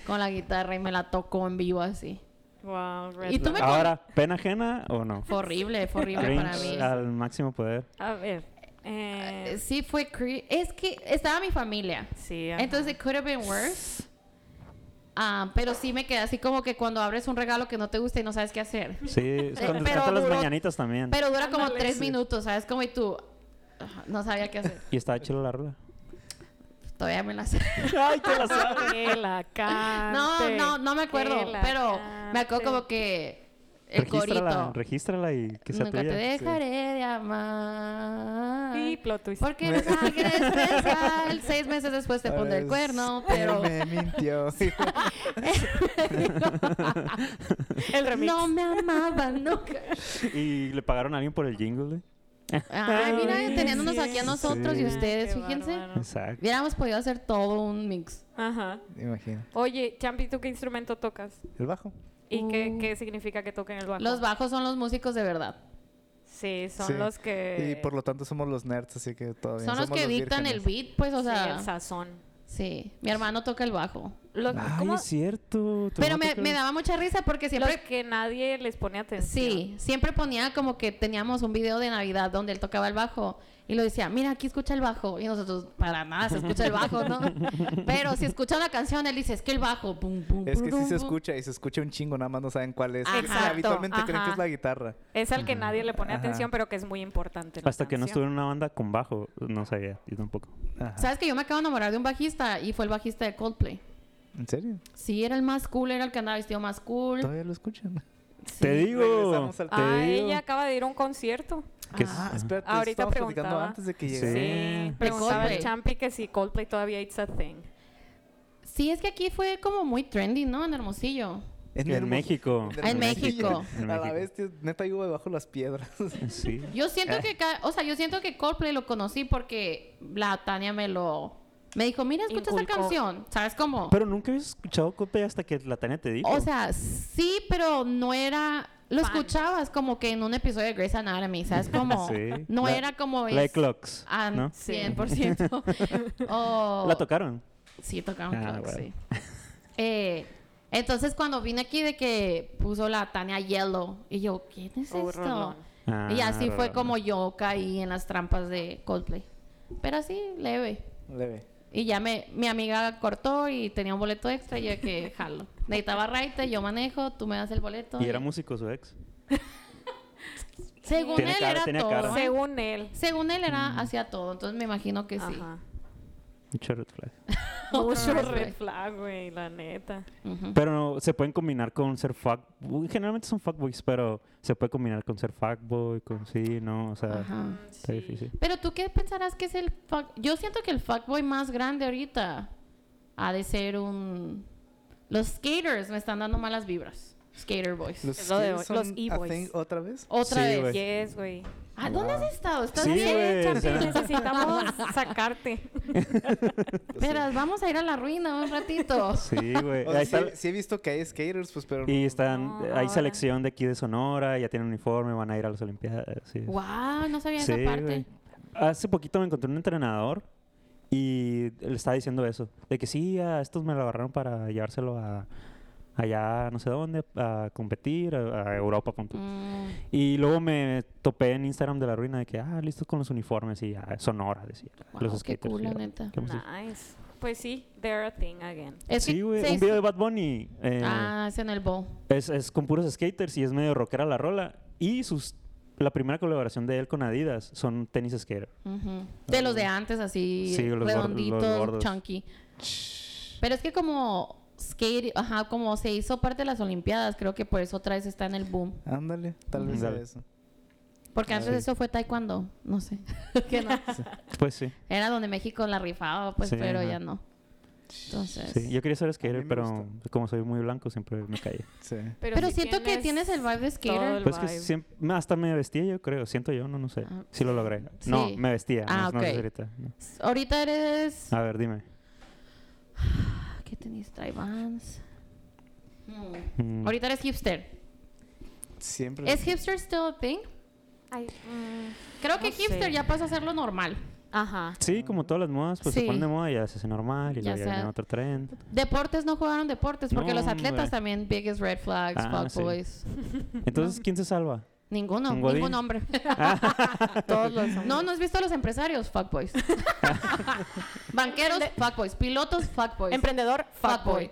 Con la guitarra y me la tocó en vivo así. Wow, red ¿Y tú flag. me- Ahora, ¿pena ajena o no? Fue horrible, fue horrible para mí. Cringe Ah. al máximo poder. A ver. eh, Sí fue cri- Es que estaba mi familia. sí. ajá. Entonces, (laughs) it could have been worse. Ah, pero sí me quedé así como que cuando abres un regalo que no te gusta y no sabes qué hacer. Sí, es Eh, cuando se pero cantan las duró- mañanitas también. Pero dura como Ándale. tres Sí. minutos, ¿sabes? Como y tú ah, no sabía qué hacer. Y estaba chila la rola. Todavía me la sé. (laughs) Ay, te (laughs) la Que la cante, No, no, no me acuerdo. que la Pero me acuerdo como cante. que el corito. Regístrala y que sea Nunca te tuya. dejaré de amar. Y plot twist. Porque no sangre es especial. Seis meses después te pondré el cuerno, Él pero. (laughs) me (laughs) mintió. El remix. No me amaba nunca. Y le pagaron a alguien por el jingle. ¿eh? Ay, mira, teniéndonos aquí a Sí. nosotros y Sí. ustedes, Qué fíjense. bárbaro. Exacto. Hubiéramos podido hacer todo un mix. Ajá. Me imagino. Oye, Champi, ¿tú qué instrumento tocas? El bajo. ¿Y qué, Uh. qué significa que toquen el bajo? Los bajos son los músicos de verdad. Sí, son Sí. los que... Y por lo tanto somos los nerds, así que todavía Son los que dictan el beat, pues, o Sí, sea. el sazón. Sí, mi hermano toca el bajo. Lo- Ay, ¿cómo? es cierto. te Pero voy me, a tocar. me daba mucha risa porque siempre... Los que nadie les pone atención. Sí, siempre ponía como que teníamos un video de Navidad donde él tocaba el bajo y lo decía, mira, aquí escucha el bajo. Y nosotros, para nada, se escucha el bajo, ¿no? (laughs) Pero si escucha una canción, él dice, es que el bajo, pum, pum, Es que sí purum, se pum". escucha y se escucha un chingo, nada más no saben cuál es. Exacto, Habitualmente creen que ajá. es la guitarra. Es al que nadie le pone Ajá. atención, pero que es muy importante. en la Hasta que no canción. estuve en una banda con bajo, no sabía, yo tampoco. Ajá. ¿Sabes que yo me acabo de enamorar de un bajista y fue el bajista de Coldplay? ¿En serio? Sí, era el más cool, era el que andaba vestido más Mm. cool. Todavía lo escuchan. Te Sí. digo, Regresamos al te Ah, digo. ella acaba de ir a un concierto. que es- Ah, espérate, Ahorita estábamos platicando preguntaba. antes de que Sí. llegara. Sí. De Preguntaba Coldplay. el Champi que si Coldplay todavía it's a thing. Sí, es que aquí fue como muy trendy, ¿no? En Hermosillo. Es En hermoso. México. Ah, en México. En (laughs) A la México. bestia, neta, yo debajo de las piedras. (laughs) Sí. Yo Ah. siento que, ca- o sea, yo siento que Coldplay lo conocí porque la Tania me lo, me dijo, mira, escucha esta Inculcó. canción, ¿sabes cómo? Pero nunca habías escuchado Coldplay hasta que la Tania te dijo. O sea, sí, pero no era, lo Fan. escuchabas como que en un episodio de Grey's Anatomy, (laughs) ¿sabes cómo? Sí. No La- era como la de es- Clocks, Ah, ¿no? (laughs) 100%. O- La tocaron. Sí, tocaban Ah, Clocks, bueno. (laughs) sí. Eh, entonces, cuando vine aquí de que puso la Tania Yellow, y yo, ¿quién es Oh, esto? rolón. y Ah, así fue rolón. como yo caí en las trampas de Coldplay. Pero así, leve. Leve. Y ya me, mi amiga cortó y tenía un boleto extra y yo que jalo. Necesitaba raite, yo manejo, tú me das el boleto. Y era músico su ex. Según Tiene él cara, era tenía todo. cara. ¿eh? Según, Según él. él era, hacía todo. Entonces me imagino que sí. (laughs) Ajá. Mucho red flag. Mucho Ah, red güey. flag, güey, la neta. Ujú. Pero no, se pueden combinar con ser fuckboy. Generalmente son fuckboys, pero se puede combinar con ser fuckboy, con sí, no, o sea, Ajá. Mm, está sí. difícil. Pero tú qué pensarás que es el fuck... Yo siento que el fuckboy más grande ahorita ha de ser un... Los skaters me están dando malas vibras. Skater boys. Es lo de skills hoy. son Los a e-boys. thing otra vez. Otra Sí, vez. güey. Yes, güey. Ah, ¿Dónde Wow. has estado? ¿Estás Sí, bien? güey, Champi, o sea- (laughs) necesitamos sacarte. Esperas, vamos a ir a la ruina un (laughs) ratito. Sí, güey. O sea, Eh, Ahí sí, está- sí he visto que hay skaters, pues, pero Y no- están, No, hay ahora. selección de aquí de Sonora, ya tienen uniforme, van a ir a las Olimpiadas. Sí, wow, no sabía Sí, esa parte. güey. Hace poquito me encontré un entrenador y le estaba diciendo eso, de que sí, a estos me lo agarraron para llevárselo a allá no sé dónde, a competir, a, a Europa. pon tú. Mm, Y luego me topé en Instagram de la ruina de que, ah, listos con los uniformes y ah, Sonora, decía. Wow, los qué skaters. cool, y la yo, neta. ¿qué más es? Nice. Pues sí, they're a thing again. es que Sí, güey, se- un video de Bad Bunny. eh, Ah, es en el bowl. Es, es con puros skaters y es medio rockera la rola. Y sus, la primera colaboración de él con Adidas son tenis skater. Ujú. De los de antes, así Ah. Sí, los gor- los redonditos, gordos. chunky. Pero es que como skate, ajá, como se hizo parte de las Olimpiadas, creo que por eso otra vez está en el boom. Ándale, tal vez sea Ándale. eso. Porque antes Ah, Sí. eso fue taekwondo, no (laughs) sé. (laughs) Que (laughs) no. Pues sí. Era donde México la rifaba, pues, Sí, pero ajá. ya no. Entonces. Sí, yo quería ser A skater, mí me pero gusta. como soy muy blanco, siempre me caí. Sí. Pero, siento que tienes el vibe de todo skater. el- Pues que vibe. siempre, me- hasta me vestía yo, creo. Siento yo, no, no sé. Ah. Si lo logré. No, Sí. me vestía. Ah, no, no sé ok. si ahorita, no. Ahorita eres. A ver, dime. ¿Qué tenías? Traivans. Mm. Mm, Ahorita eres hipster. Siempre. ¿Es hipster still a thing? Ay, mm, Creo que No sé. hipster ya pasa a ser lo normal. Ajá. Sí, como todas las modas, pues Sí. se ponen de moda y ya se hace normal y Ya luego ya sea- viene otro (laughs) trend. Deportes no jugaron deportes porque No, los atletas hombre. también biggest red flags, Ah, sí. fuckboys. Entonces, ¿quién se salva? Ninguno, Un godín. ningún hombre. (laughs) Todos los hombres. No, ¿no has visto a los empresarios? (laughs) Fuckboys. Banqueros, fuckboys. Pilotos, fuckboys. Emprendedor, fuckboy.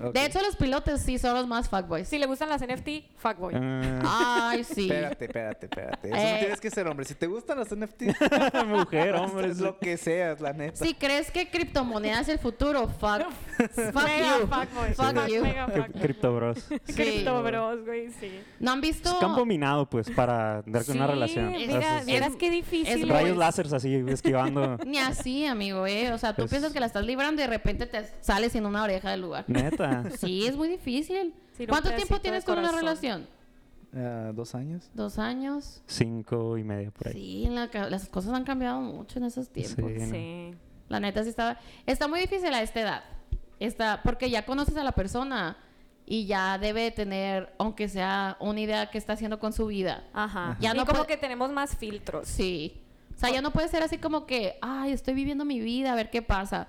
Ok. De hecho, los pilotos sí son los más fuckboys. Si le gustan las NFT, fuckboy. (laughs) Ah, Ay, sí. Espérate, espérate, espérate. Eso Eh. no tienes que ser hombre. Si te gustan los NFTs, (laughs) (laughs) (laughs) mujer, hombre. es lo que seas, la neta. Si crees que criptomoneda es el futuro, Ah. (laughs) fuck. fuck Mega you. fuckboy. Fuck Fuck, you. mega Cri- fuckboy. Crypto Bros. Sí. Crypto Bros, güey, sí. ¿No han visto? Es campo minado, pues, para dar con una Sí, relación. Mira, Esos- vieras qué es difícil. muy- Rayos güey. láseres así, (laughs) esquivando. Ni así, amigo, ¿eh? O sea, tú Pues- piensas que la estás librando y de repente te sales sin una oreja del lugar. Neta. Sí, es muy difícil. Sin un ¿Cuánto pedacito tiempo de tienes con una corazón. relación? Ah, ¿Dos años? ¿Dos años? Cinco y medio por ahí. Sí, la ca- las cosas han cambiado mucho en esos tiempos. Sí, no. Sí. La neta sí está, está muy difícil a esta edad. Está, porque ya conoces a la persona y ya debe tener, aunque sea una idea que está haciendo con su vida. Ajá. Ya y no como puede- que tenemos más filtros. Sí. O sea, ya no puede ser así como que, ay, estoy viviendo mi vida, a ver qué pasa.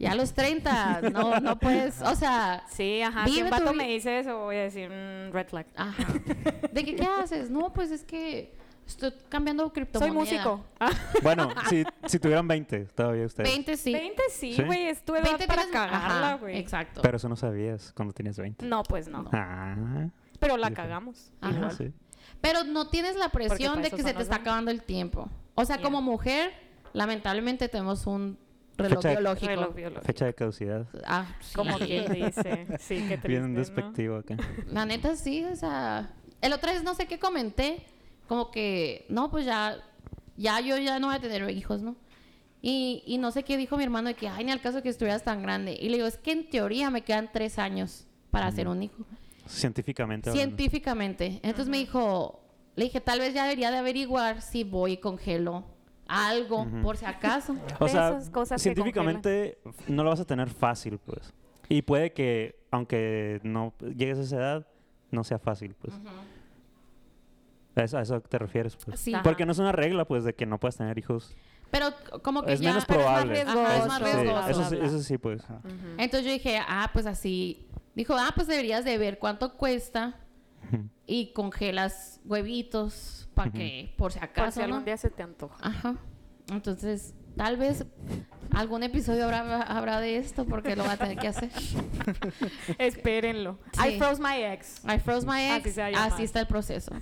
Ya a los 30, (laughs) no, no puedes, o sea, Sí, ajá. Vive Si un tu vato vi- me dice eso, voy a decir mm, red flag. ajá. (laughs) ¿De qué, qué haces? No, pues es que estoy cambiando Soy criptomoneda. músico. (laughs) Bueno, si, si tuvieran 20 todavía ustedes. 20 sí. 20 sí, Sí. güey, es tu edad 20 para tienes- cagarla, ajá, güey. Exacto. Pero eso no sabías cuando tenías 20. No, Ah, pues no. Ah, Pero la Diferente. cagamos. Ajá. igual sí. Pero no tienes la presión para de eso que son se te los está años. acabando el tiempo. O sea, Ya. como mujer, lamentablemente tenemos un reloj Fecha de- biológico. Reloj biológico. Fecha de caducidad. Ah, sí. Como quien dice. Sí, qué triste. Bien ¿no? despectivo acá. La neta sí, o sea, el otra vez no sé qué comenté, como que, no, pues ya, ya yo ya no voy a tener hijos, ¿no? Y, y no sé qué dijo mi hermano de que, ay, ni al caso que estuvieras tan grande. Y le digo, es que en teoría me quedan tres años para hacer un hijo, Científicamente hablando. científicamente. Entonces me dijo, le dije, tal vez ya debería de averiguar si voy y congelo algo, por si acaso. O de sea, esas cosas que científicamente no lo vas a tener fácil, pues. Y puede que, aunque no llegues a esa edad, no sea fácil, pues. A eso- A eso te refieres, pues. Sí. Porque no es una regla, pues, de que no puedas tener hijos. Pero como que es ya... menos pero es más probable. riesgoso. Ajá, es Eso más sí, riesgoso. eso, sí, Bla, bla. eso sí, pues. (laughs) Entonces yo dije, ah, pues así. Dijo, ah, pues deberías de ver cuánto cuesta y congelas huevitos para que, por si Por acaso, si ¿no? Ah, algún día se te antoja. (laughs) Ajá. Entonces, tal vez algún episodio habrá, habrá de esto porque lo va a tener que hacer. Espérenlo. Sí. I froze my ex. I froze my ex, Así se va a llamar. así está el proceso.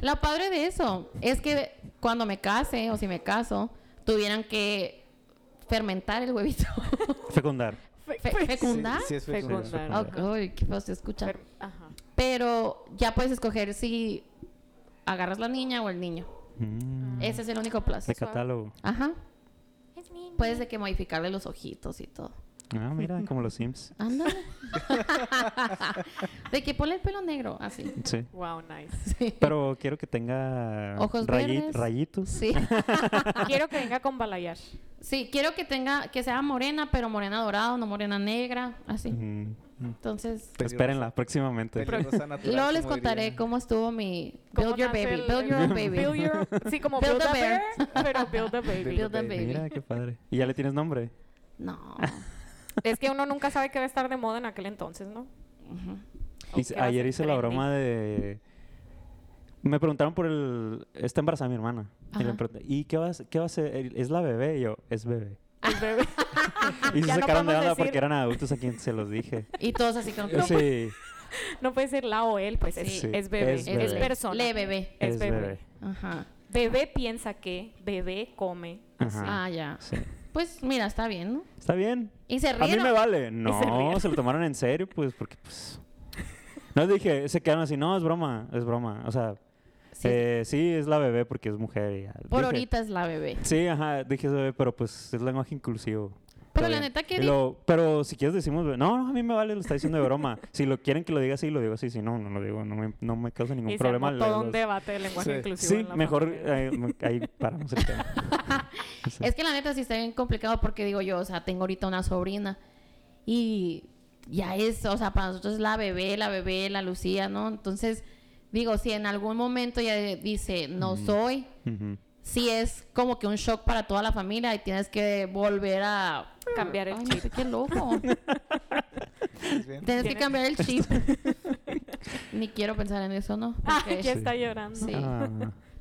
Lo padre de eso es que cuando me case o si me caso, tuvieran que fermentar el (laughs) huevito. Fecundar. Fe- Fe- fe- ¿Fecundar? Sí, sí, es fecundar. Fecundar. Ah, Uy, qué feo se escucha. Fer- Ajá. Pero ya puedes escoger si agarras la niña o el niño. Mm, Ese es el único plus. de catálogo. Ajá. Puedes de que modificarle los ojitos y todo. Ah, (laughs) mira, como los Sims. Ándale. (laughs) de que ponle el pelo negro, así. Sí. Wow, nice. (laughs) Sí. Pero quiero que tenga Ojos rayi- verdes. rayitos. Sí. Quiero que venga con balayage. Sí, quiero que tenga, que sea morena, pero morena dorado, no morena negra, así. Mm, mm. Entonces, Peligrosa- Espérenla próximamente. peligrosa natural, luego les como contaré (laughs) dirían. cómo estuvo mi ¿Cómo Build Your nace Baby, el- Build Your Own Baby. Build your- sí, como Build build, a a bear, pero build a (laughs) baby. Build a Baby. Eh, Mira, qué padre. ¿Y ya le tienes nombre? No. Es que uno nunca sabe qué va a estar de moda en aquel entonces, ¿no? Ujú. Hice- ¿Qué va a ayer ser hice la trendy? broma de... Me preguntaron por el... Está embarazada mi hermana. Y, le Ajá. pregunté, ¿y qué va, a ser- qué va a ser? ¿Es la bebé? Y yo, es bebé. El bebé. (laughs) Y se Ya no sacaron de podemos onda decir- porque eran adultos a quien se los dije. Y todos así como... (laughs) sí, No puede ser la o él, pues es, Sí, es bebé. es Es, bebé. persona. Le bebé. Es es bebé. bebé. Ajá. Bebé piensa que, bebé come. así. Ajá. Ah, ya. Sí. Pues mira, está bien, ¿no? ¿Está bien? Y se A mí rieron. me vale. rieron. No, se, lo tomaron en serio, pues, porque, pues... No dije, se quedaron así, no, es broma, es broma. O sea, Sí, eh, sí, es la bebé porque es mujer. y ya. Por Dije, ahorita es la bebé. Sí, ajá, dije eso, pero pues es lenguaje inclusivo. Pero la Está bien. neta que Y di- lo- Pero si quieres decimos... No, no, a mí me vale, lo está diciendo (laughs) de broma. si lo quieren que lo diga así, lo digo así. Si no, no lo digo. No me, no me causa ningún Y se problema. armó todo los- un debate de lenguaje Sí. inclusivo. Sí, en la mejor familia. eh, (laughs) me- ahí paramos (laughs) el tema. Sí. Es que la neta sí está bien complicado porque digo yo, o sea, tengo ahorita una sobrina y ya es, o sea, para nosotros es la bebé, la bebé, la Lucía, ¿no? Entonces, digo, si en algún momento ya dice, no soy, Ujú. sí es como que un shock para toda la familia y tienes que volver a... Cambiar el Ay, no sé, qué loco. ¿Es (laughs) bien? Tienes que Tiene- cambiar el chip. (laughs) Ni quiero pensar en eso, ¿no? Ay, Porque- Ah, ya está llorando. Sí. Ah,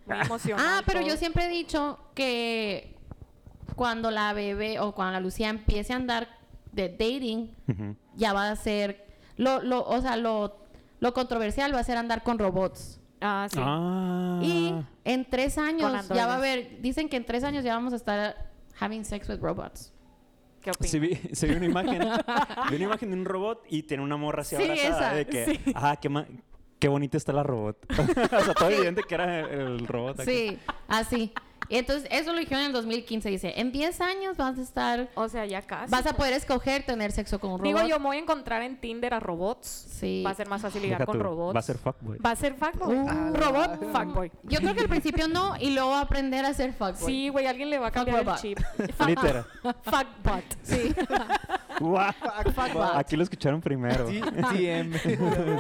Muy emocionado. Ah, pero yo siempre he dicho que cuando la bebé o cuando la Lucía empiece a andar de dating, ujú. ya va a ser lo, lo, o sea, lo, lo controversial va a ser andar con robots. Ah, sí. Ah. Y en tres años ya va a androides. haber, dicen que en tres años ya vamos a estar having sex with robots. ¿Qué opinas? Sí, vi, sí vi una imagen. vi una imagen de un robot y tiene una morra así Sí, abrazada. esa, de que, sí. ah, qué, ma- qué bonita está la robot. (laughs) o sea, todo evidente que era el robot. acá. Sí, así. Y entonces eso lo dijeron en el 2015, dice, en 10 años vas a estar, O sea, ya casi. vas a poder escoger tener sexo con un robot. pues. Digo, yo me voy a encontrar en Tinder a robots. Sí. Va a ser más fácil Deja ligar con tú, robots. Va a ser fuckboy. Va a ser fuckboy. Ah, Uh. Robot fuckboy. Yo creo que al principio no y luego aprender a ser fuckboy. Sí, güey, alguien le va a cambiar el Fuckbot. (laughs) chip. (laughs) (laughs) Literal. Fuckbot. (laughs) Sí. Guau. Fuckbot. Aquí lo escucharon (laughs) primero. T- em. TM.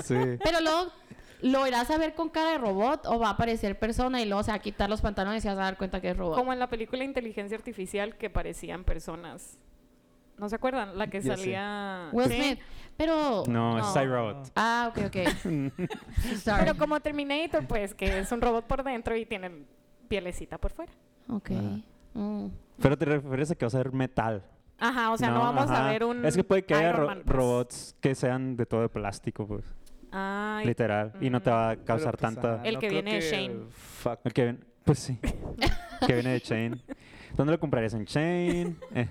(laughs) sí. Pero luego lo irás a ver con cara de robot o va a aparecer persona y luego se va a quitar los pantalones y se vas a dar cuenta que es robot. Como en la película Inteligencia Artificial que parecían personas. ¿No se acuerdan? La que Ya sé. salía... Will Sí. Smith. Pero. No, es No. iRobot. Ah, ok, ok. Sorry. Pero como Terminator, pues, que es un robot por dentro y tiene pielecita por fuera. Ok. Ajá. Mm. Pero te refieres a que va a ser metal. Ajá, o sea, no, vamos ajá. a ver un... Es que puede que haya Iron ro- Man, pues. robots que sean de todo de plástico, pues. Ay, Mm. literal. Y no te va a pues, causar tanta. El que viene de Shane. Eh. El que ven- Pues sí. que viene de Chain. ¿Dónde lo comprarías? ¿En Chain? Eh,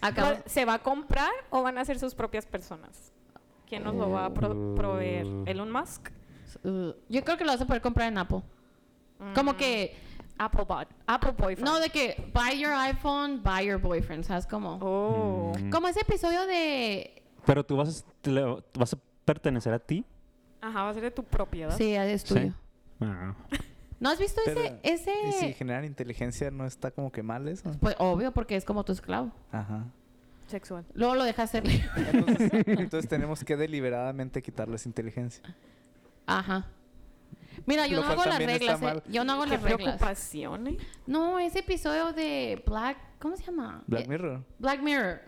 Acabo- ¿cuál- ¿Se va a comprar o van a ser sus propias personas? ¿Quién nos lo va a pro- proveer? Uh. ¿Elon Musk? Uh, yo creo que lo vas a poder comprar en Apple. Como Mm, que. Apple Bot. Apple Boyfriend. No, de que buy your iPhone, buy your boyfriend. ¿Sabes cómo? Oh. mm. Como ese episodio de. Pero tú vas a, est- le- vas a pertenecer a ti. Ajá, va a ser de tu propiedad. Sí, es Sí. tuyo. Ah. ¿No has visto ese.? ¿Y si ese... generar inteligencia no está como que mal eso? Pues obvio, porque es como tu esclavo. Ajá. Sexual. Luego lo dejas ser libre. (laughs) Entonces, (laughs) entonces tenemos que deliberadamente quitarles inteligencia. Ajá. Mira, yo Lo no cual hago las también está reglas. eh. mal. Yo no hago Qué las reglas. preocupación, ¿eh? No, ese episodio de Black. ¿Cómo se llama? Black Eh, Mirror. Black Mirror.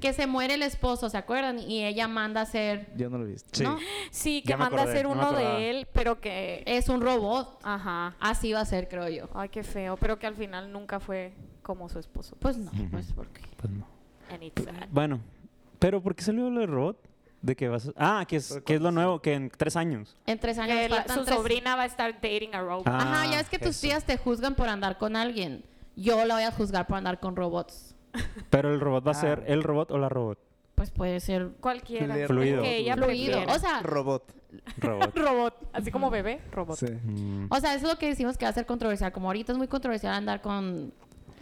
Que se muere el esposo, ¿se acuerdan? Y ella manda a ser. Yo no lo he visto. Sí. ¿No? Sí, que Ya me manda a acordé, ser no me uno acordaba. de él, pero que... Es un robot. Ajá. Así va a ser, creo yo. Ay, qué feo. Pero que al final nunca fue como su esposo. Pues no, Ujú. pues porque. Pues no. And it's sad. Bueno, pero ¿por qué salió lo del robot? De que vas a- Ah, que es, Pero que es lo cuando- nuevo, que en tres años. En tres años. Que la- faltan su tres- sobrina va a estar dating a robot. Ah. Ajá, ya es que tus eso. tías te juzgan por andar con alguien. Yo la voy a juzgar por andar con robots. Pero el robot va a Ah. ser el robot o la robot. Pues puede ser Cualquiera. Fluido. Fluido. Que ella fluido. prefiera. O sea, Robot. (laughs) Robot. robot. Así como bebé, robot. Sí. Mm. O sea, eso es lo que decimos que va a ser controversial. Como ahorita es muy controversial andar con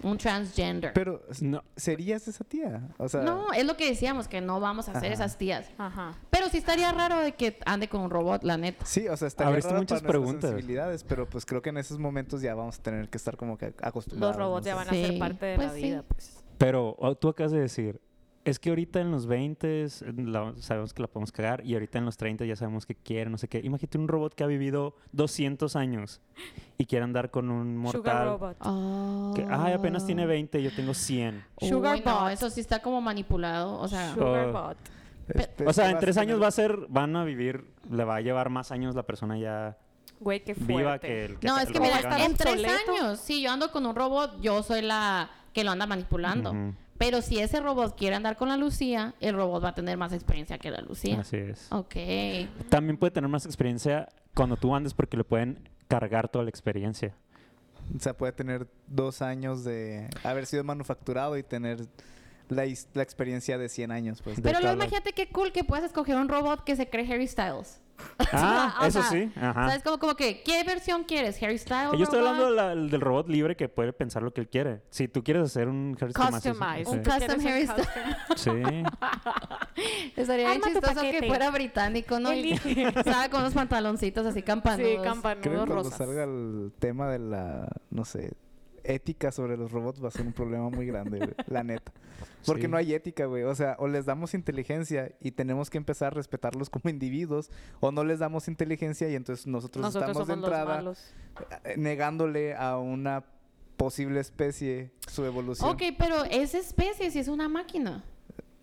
un transgender. Pero, No. ¿serías esa tía? O sea, no, es lo que decíamos, que no vamos a hacer Ajá. esas tías. Ajá. Pero sí estaría raro de que ande con un robot, la neta. Sí, o sea, está Abriste muchas preguntas. sensibilidades, pero pues creo que en esos momentos ya vamos a tener que estar como que acostumbrados. Los robots ya ¿no? van a Sí. ser parte de la Pues sí. vida, pues. Pero oh, tú acabas de decir, es que ahorita en los 20 sabemos que la podemos cagar y ahorita en los 30 ya sabemos que quiere, no sé qué. Imagínate un robot que ha vivido 200 años y quiere andar con un Sugar mortal. robot. Que, ay, apenas tiene 20 y yo tengo 100. Sugar Uy, no, Oh. no, eso sí está como manipulado. O sea, Su- Sugar Oh. bot. Es- es O sea, que en vas tres a años tener- va a ser, van a vivir, le va a llevar más años la persona ya Güey, qué fuerte. viva que el que no, el es que robot mira, gana. en tres obsoleto. años, si yo ando con un robot, yo soy la que lo anda manipulando. Ujú. Pero si ese robot quiere andar con la Lucía, el robot va a tener más experiencia que la Lucía. Así es. Ok. También puede tener más experiencia cuando tú andes porque le pueden cargar toda (laughs) la experiencia. O sea, puede tener dos años de haber sido manufacturado y tener la, his- la experiencia de 100 años, pues. Pero luego Carla. imagínate qué cool que puedas escoger un robot que se cree Harry Styles. (laughs) Ah, (laughs) O eso sea, sí. Ajá. ¿Sabes? Como, como que, ¿qué versión quieres? ¿Harry Styles? Yo estoy robot? hablando de la- del robot libre que puede pensar lo que él quiere. Si tú quieres hacer un Harry Customize. Un Styles, custom ¿Quieres un Harry custom? Sí. (laughs) Estaría bien Arma tu chistoso que paquete. fuera británico, ¿no? Y- Elige. (laughs) Estaba con unos pantaloncitos así campanudos. Sí, Creo que campanudos cuando rosas. salga el tema de la, no sé, ética sobre los robots va a ser un problema muy grande, güey, la neta. Porque Sí. no hay ética, güey. O sea, o les damos inteligencia y tenemos que empezar a respetarlos como individuos, o no les damos inteligencia y entonces nosotros, Nosotros estamos somos de los entrada (laughs) malos. eh, negándole a una posible especie su evolución. Ok, pero esa especie sí es una máquina.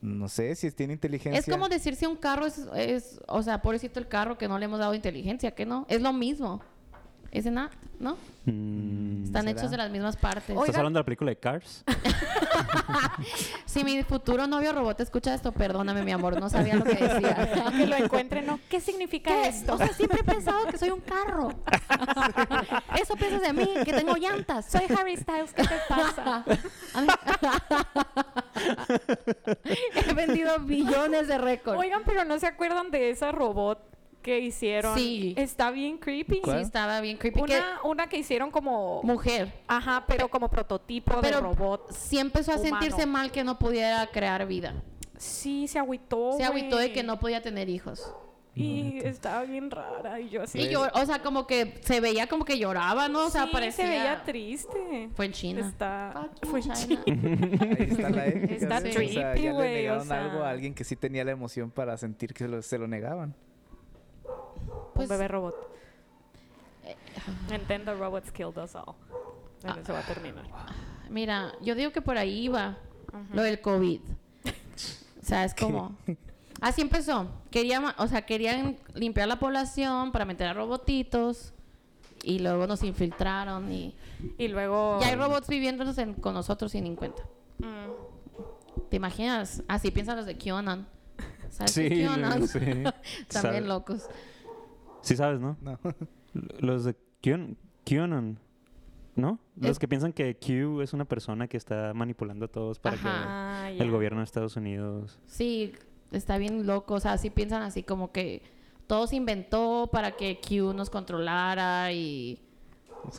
No sé si tiene inteligencia. Es como decir si un carro es, es- o sea, pobrecito el carro que no le hemos dado inteligencia, que no, es lo mismo. Es en nada, ¿no? (laughs) Mm. Están ¿Será? hechos de las mismas partes. ¿Estás hablando de la película de Cars? (laughs) Si mi futuro novio robot escucha esto, perdóname, mi amor, no sabía lo que (laughs) decía. (laughs) que lo encuentren, ¿no? ¿Qué significa ¿Qué? esto? O sea, siempre he pensado que soy un (laughs) carro. Eso piensas de mí, que tengo llantas. Soy Harry Styles, ¿qué te pasa? (laughs) A mí- He vendido billones de récords. (laughs) Oigan, pero ¿no se acuerdan de esa robot que hicieron? Sí. Está bien creepy. Sí, estaba bien creepy. que- Una, una que hicieron como... mujer. Ajá, pero como prototipo Pero de robot. sí empezó a humano. sentirse mal que no pudiera crear vida. Sí, se agüitó, Se agüitó de Oh, güey. que no podía tener hijos. Y estaba bien rara. Y yo así... Y yo, o sea, como que se veía como que lloraba, ¿no? O sea, Sí, parecía. se veía triste. Fue en China. Está... Fuck you, Fue en China. China. (laughs) Ahí (laughs) está la ética. Está ¿sí? creepy, o sea, ya güey, le o negaron sea. algo a alguien que sí tenía la emoción para sentir que se lo, se lo negaban. Pues- Un bebé robot. Eh, Nintendo robots killed us all. Bueno, Ah. se va a terminar. Mira, yo digo que por ahí iba lo del COVID. sea, (laughs) es como... Así empezó. Quería, ma- o sea, querían limpiar la población para meter a robotitos y luego nos infiltraron y... Y luego... Ya hay robots viviéndonos en- con nosotros sin en cuenta. Mm. ¿Te imaginas? Así piensan los de QAnon. ¿Sabes Sí, qué lo- QAnon? sí. Sabe- (laughs) También locos. Sí sabes, ¿no? No. L- Los de Qan- QAnon, ¿no? Los Es- que piensan que Q es una persona que está manipulando a todos para Ajá. Ah, que ya. el gobierno de Estados Unidos... Sí, está bien loco. O sea, así piensan así como que todo se inventó para que Q nos controlara y...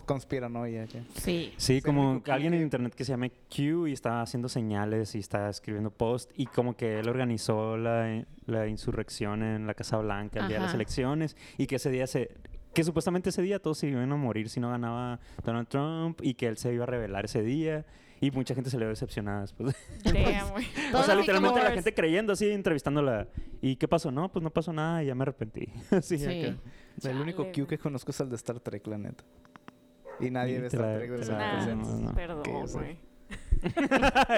Conspiranoia. ya. Sí. Sí, Sí, como digo, como alguien en que- internet que se llama Q y está haciendo señales y está escribiendo post y como que él organizó la, la insurrección en la Casa Blanca el día de las Ajá. elecciones y que ese día se... Que supuestamente ese día todos se iban a morir si no ganaba Donald Trump y que él se iba a rebelar ese día y mucha gente se le ve decepcionada después. (laughs) (laughs) Damn, güey. Todos o sea, así literalmente como- la gente creyendo así, entrevistándola. ¿Y qué pasó? No, pues no pasó nada y ya me arrepentí. (laughs) Así Sí. acá. El único Chale, Q güey. que conozco es el de Star Trek, la neta. Y nadie ve Literal, Star Trek de Pues los nada, literal. no, no. Que Perdón, yo sé. güey.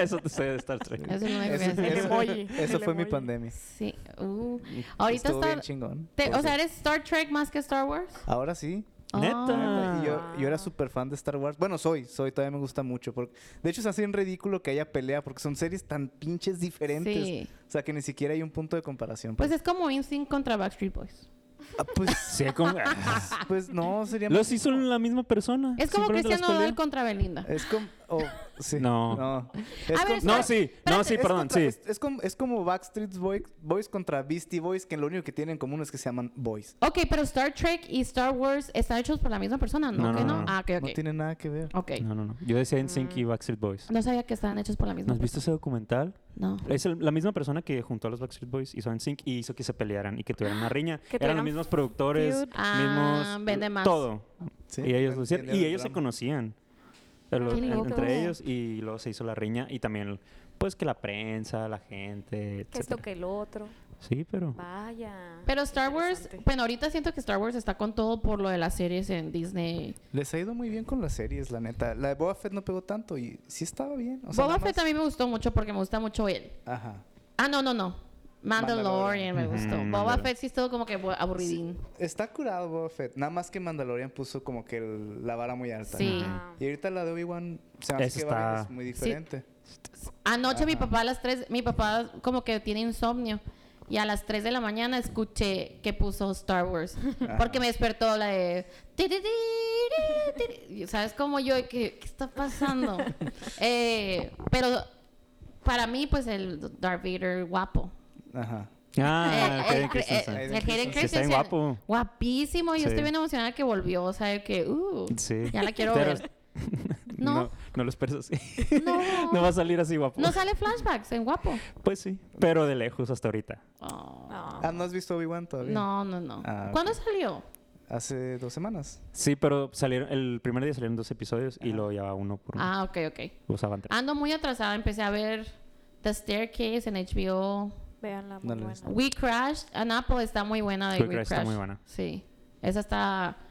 Eso te sé de Star Trek. Eso es lo único que Eso, voy a decir. El eso- emoji, eso el fue mi emoji. pandemia. Sí. uh. Ahorita Estuvo bien está... chingón. te- o porque sea, ¿eres Star Trek más que Star Wars? Ahora sí. Neta. Y yo, yo era Ah. súper fan de Star Wars. Bueno, soy, soy, todavía me gusta mucho. Porque, de hecho, es así en ridículo que haya pelea porque son series tan pinches diferentes. Sí. O sea, que ni siquiera hay un punto de comparación. Pues pues. es como Instinct contra Backstreet Boys. Ah, pues, (laughs) Sí, como- ah. pues no, sería. Los hizo la misma persona. Es como simplemente las Cristiano Nodal peleó. contra Belinda. Es como. oh, sí, No. Es A ver, como- espera, No, sí, no, espérate, sí, Es perdón, contra- sí. Es, es como, es como Backstreet Boy- Boys contra Beastie Boys, que lo único que tienen en común es que se llaman boys. Ok, pero Star Trek y Star Wars están hechos por la misma persona, ¿no? No, ¿Que no, no? no. Ah, ok, ok. No tiene nada que ver. Ok. No, No, no, no. Yo decía NSYNC y Backstreet Boys. sabía que estaban hechos por la ¿No misma has visto persona. ese documental? No. Es el- la misma persona que juntó a los Backstreet Boys, hizo NSYNC y hizo que se pelearan y que tuvieran una riña. Que Eran los tuvieran mismos productores, feud. Ah, mismos... vende más. Todo. Sí, y ellos, lo hicieron. entendieron y el ellos se drama. conocían. Pero lo- Qué en- loco. entre ellos y luego se hizo la riña y también pues que la prensa, la gente, Que esto etcétera. que el otro. Sí, pero... Vaya. Pero Star Wars, Interesante. bueno, ahorita siento que Star Wars está con todo por lo de las series en Disney. Les ha ido muy bien con las series, la neta. La de Boba Fett no pegó tanto y sí estaba bien. O sea, Boba nada Fett más- a mí me gustó mucho porque me gusta mucho él. Ajá. Ah, no, no, no. Mandalorian, Mandalorian. me Ujú, gustó. Boba Mandalorian. Fett sí estuvo como que bu- aburridín. Está curado Boba Fett. Nada más que Mandalorian puso como que el- la vara muy alta. Sí. ¿no? Ah. Y ahorita la de Obi-Wan se me Esa hace que va- está- es muy diferente. Anoche mi Ajá. papá a las 3, mi papá como que tiene insomnio. Y a las 3 de la mañana escuché que puso Star Wars. Ajá. Porque me despertó la de... "Tiriri, tiri". Y, ¿Sabes cómo yo? y que, ¿Qué, está pasando? (laughs) Eh, pero para mí, pues el Darth Vader guapo. Ajá. Ah, el, el- Hayden el- Christensen. el Hayden eh, Hayden Christensen. Sí, está bien Christensen, guapo. Guapísimo. Yo Sí. estoy bien emocionada que volvió. O sea, que... Uh, Sí. Ya la quiero Pero- ver. (laughs) No. No. no, lo esperes así. No. (laughs) no va a salir así guapo. No sale flashbacks en guapo. Pues sí, pero de lejos hasta ahorita. Oh. No. Ah, ¿no has visto Obi-Wan todavía? No, no, no. Ah, ok. ¿Cuándo salió? Hace dos semanas. Sí, pero salieron, el primer día salieron dos episodios y Ajá. luego ya va uno por uno. Ah, ok, ok. Usaban tres. Ando muy atrasada. Empecé a ver The Staircase en HBO. Veanla, No muy la he buena. visto. We Crashed. An Apple está muy buena de We We, Crashed está Crashed. muy buena. Sí. Esa está... (laughs)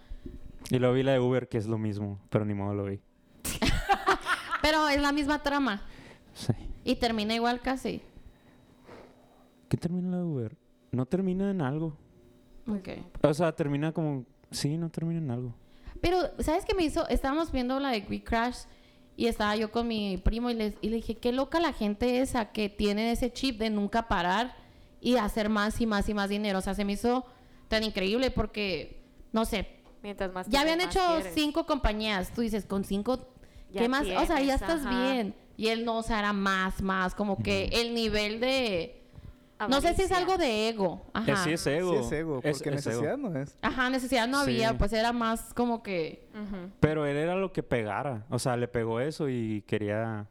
Y luego vi la de Uber, que es lo mismo, pero ni modo lo vi. Pero es la misma trama. Sí. Y termina igual casi. ¿Qué termina la de Uber? No termina en algo. Ok. O sea, termina como... Sí, no termina en algo. Pero, ¿sabes qué me hizo? Estábamos viendo la de We Crashed y estaba yo con mi primo y, les- y le dije, qué loca la gente esa que tiene ese chip de nunca parar y hacer más y más y más dinero. O sea, se me hizo tan increíble porque, no sé, Mientras más Ya tienes, habían más hecho quieres. cinco compañías. Tú dices, con cinco, Ya ¿qué más? o sea, ya tienes, estás ajá. bien. Y él no, o sea, era más, más. Como que el nivel de. No sé si es Avaricia. algo de ego. Ajá. Eh, sí es ego. Sí es ego, porque es ego. necesidad no es. Ajá, necesidad no Sí. había. Pues era más como que. Ujú. Pero él era lo que pegara. O sea, le pegó eso y quería.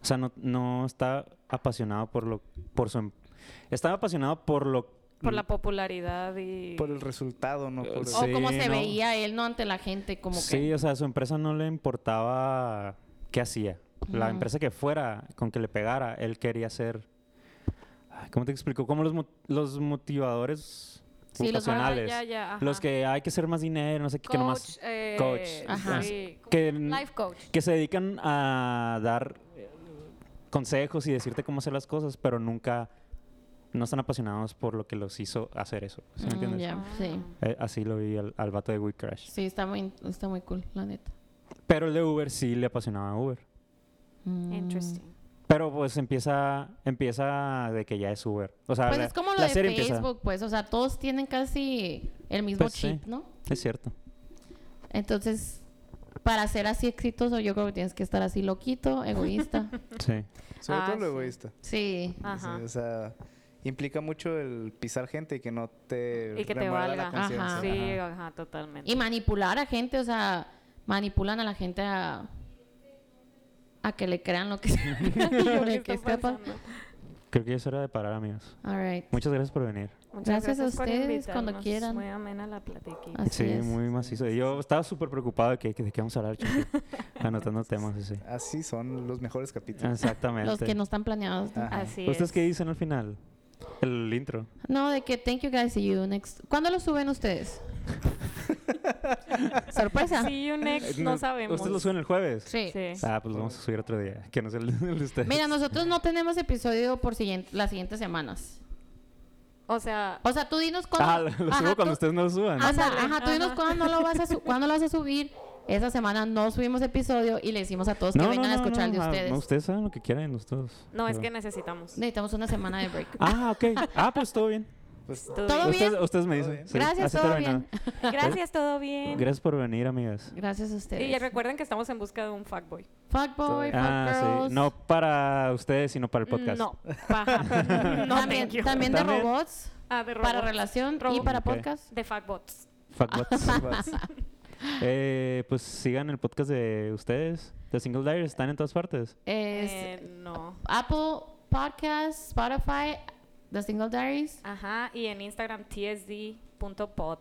O sea, no, no está apasionado por lo. por su em- Estaba apasionado por lo. Por la popularidad y... Por el resultado, no por el... O Sí, como se no. veía él, no ante la gente. Como Sí, que. o sea, su empresa no le importaba qué hacía. La Ujú. empresa que fuera, con que le pegara, él quería ser. Ay, ¿Cómo te explico? Como los, mo- los motivadores Sí, los- Ah, vocacionales. ya, ya, ajá. Los que hay que hacer más dinero, no sé qué, que nomás. Coach, eh, Coach. Ajá. sí. Que- Life coach. que se dedican a dar eh, consejos y decirte cómo hacer las cosas, pero nunca no están apasionados por lo que los hizo hacer eso. ¿Sí me Mm, entiendes? Ah, ya, sí. Eh, así lo vi al, al vato de We Crash. Sí, está muy, está muy cool, la neta. Pero el de Uber sí le apasionaba a Uber. Mm. Interesting. Pero pues empieza, empieza de que ya es Uber. O sea, Pues la- es como lo la de serie Facebook, empieza- pues, o sea, todos tienen casi el mismo Pues sí. chip, ¿no? Es cierto. Entonces, para ser así exitoso, yo creo que tienes que estar así loquito, egoísta. Sí. Sobre Ah, todo lo sí. egoísta. sí. Ajá. Sí, o sea, implica mucho el pisar gente y que no te Y que te remuerda valga. la conciencia. Ajá. Sí, ajá, totalmente. Y (laughs) manipular a gente, o sea, manipulan a la gente a, a que le crean lo que (laughs) (laughs) Lo lo que que está sepa. pasando. Creo que ya es hora de parar, amigos. All right. Muchas gracias por venir. Muchas Gracias a por ustedes, cuando invitarnos. quieran. Muy amena la platiquita. Así sí, es. muy macizo. Yo estaba súper preocupado de que, de qué vamos a hablar, (laughs) chiqui. anotando temas así. Así son los mejores capítulos. Exactamente. Los que no están planeados. ¿no? Ajá. Así ¿Ustedes es. qué dicen al final? El intro. No, de que thank you guys, see you next. ¿Cuándo lo suben ustedes? Sorpresa. Sí, un ex, Eh, no sabemos. ¿Ustedes lo suben el jueves? Sí. Sí. Ah, pues lo vamos a subir otro día. Que no sea el, el de ustedes. Mira, nosotros no tenemos episodio por siguiente, las siguientes semanas. O sea, O sea, tú dinos cuándo. (laughs) Ah, lo, lo Ajá, subo cuando tú- ustedes no lo suban. Ajá, Ándale, ajá, tú dinos ajá. cuándo lo vas a su- cuándo lo vas a subir. Esa semana no subimos episodio y le decimos a todos que vengan a escuchar el de ah, ustedes. No, ustedes saben lo que quieren, ustedes. no, es Pero- que necesitamos. Necesitamos una semana de break. (laughs) Ah, ok. Ah, pues todo bien. (laughs) Pues, Todo bien. Ustedes, ustedes me Todo dicen. bien. sí, Gracias, así todo terminaba. bien. Gracias, todo bien. Gracias por venir, amigas. Gracias a ustedes. Y ya recuerden que estamos en busca de un fuckboy. Fuckboy, Ah, fuckgirls. sí. No para ustedes, sino para el Mm, podcast. No, paja. (laughs) No, también, thank you. también de También. robots, Ah, de para robots. relación y Robots. para Ok. podcast. De fuckbots. Fuckbots. (laughs) vas. eh, pues sigan el podcast de ustedes. De Single Dyer están en todas partes. Es Eh, no. Apple Podcasts, Spotify, The Single Diaries Ajá, y en Instagram tsd.pod.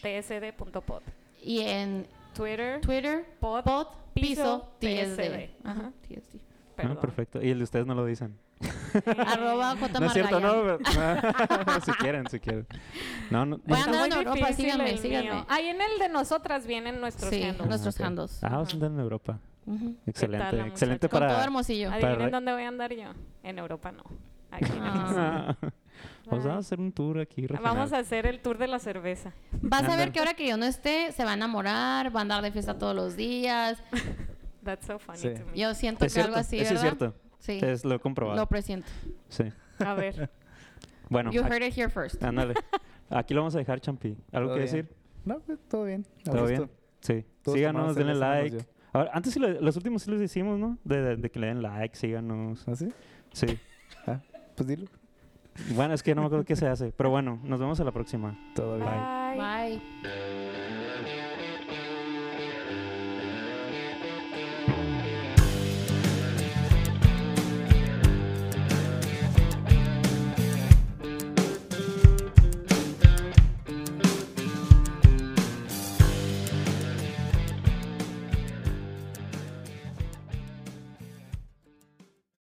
tsd.pod. y en Twitter, Twitter, pod, Pod, Piso, Piso, TSD. TSD. Ajá, Ajá. TSD. Ah, perdón. perfecto. Y el de ustedes no lo dicen. (laughs) Arroba J. no es cierto, no. Margallan. pero- ah, (laughs) si quieren, si quieren. No, no. Bueno, Está no, muy no, no, pues, difícil síganme, el síganme. mío. Ahí en el de nosotras vienen nuestros Sí, handles. nuestros ok. handles. Ah, vos andan en Europa. Ujú. Excelente, la excelente muchacha? Con Este para. todo hermosillo. Ay, Adivinen Para- dónde voy a andar yo. En Europa no. Aquí nomás. Ah. (laughs) Vamos a hacer un tour aquí. regional. Vamos a hacer el tour de la cerveza. Vas a ver Ándale. que ahora que yo no esté, se va a enamorar, va a andar de fiesta todos los días. That's so funny Sí. to me. Yo siento que Es cierto, algo así, eso ¿verdad? es cierto. Sí, Es lo he comprobado. lo presiento. sí. A (laughs) ver. Bueno, you aquí- heard it here first. ándale. Aquí lo vamos a dejar, Champi. ¿Algo Todo que bien. decir? No, pues, todo bien. a ¿Todo bien? gusto. Sí. Todos síganos, tomados en denle la semana, like. Ahora, antes sí lo- los últimos sí los hicimos, ¿no? De, de- de que le den like, síganos. ¿Ah, sí? Sí. Ah, pues dilo. Bueno, es que no me acuerdo qué se hace. Pero bueno, nos vemos a la próxima. Todo bien. Bye. Bye.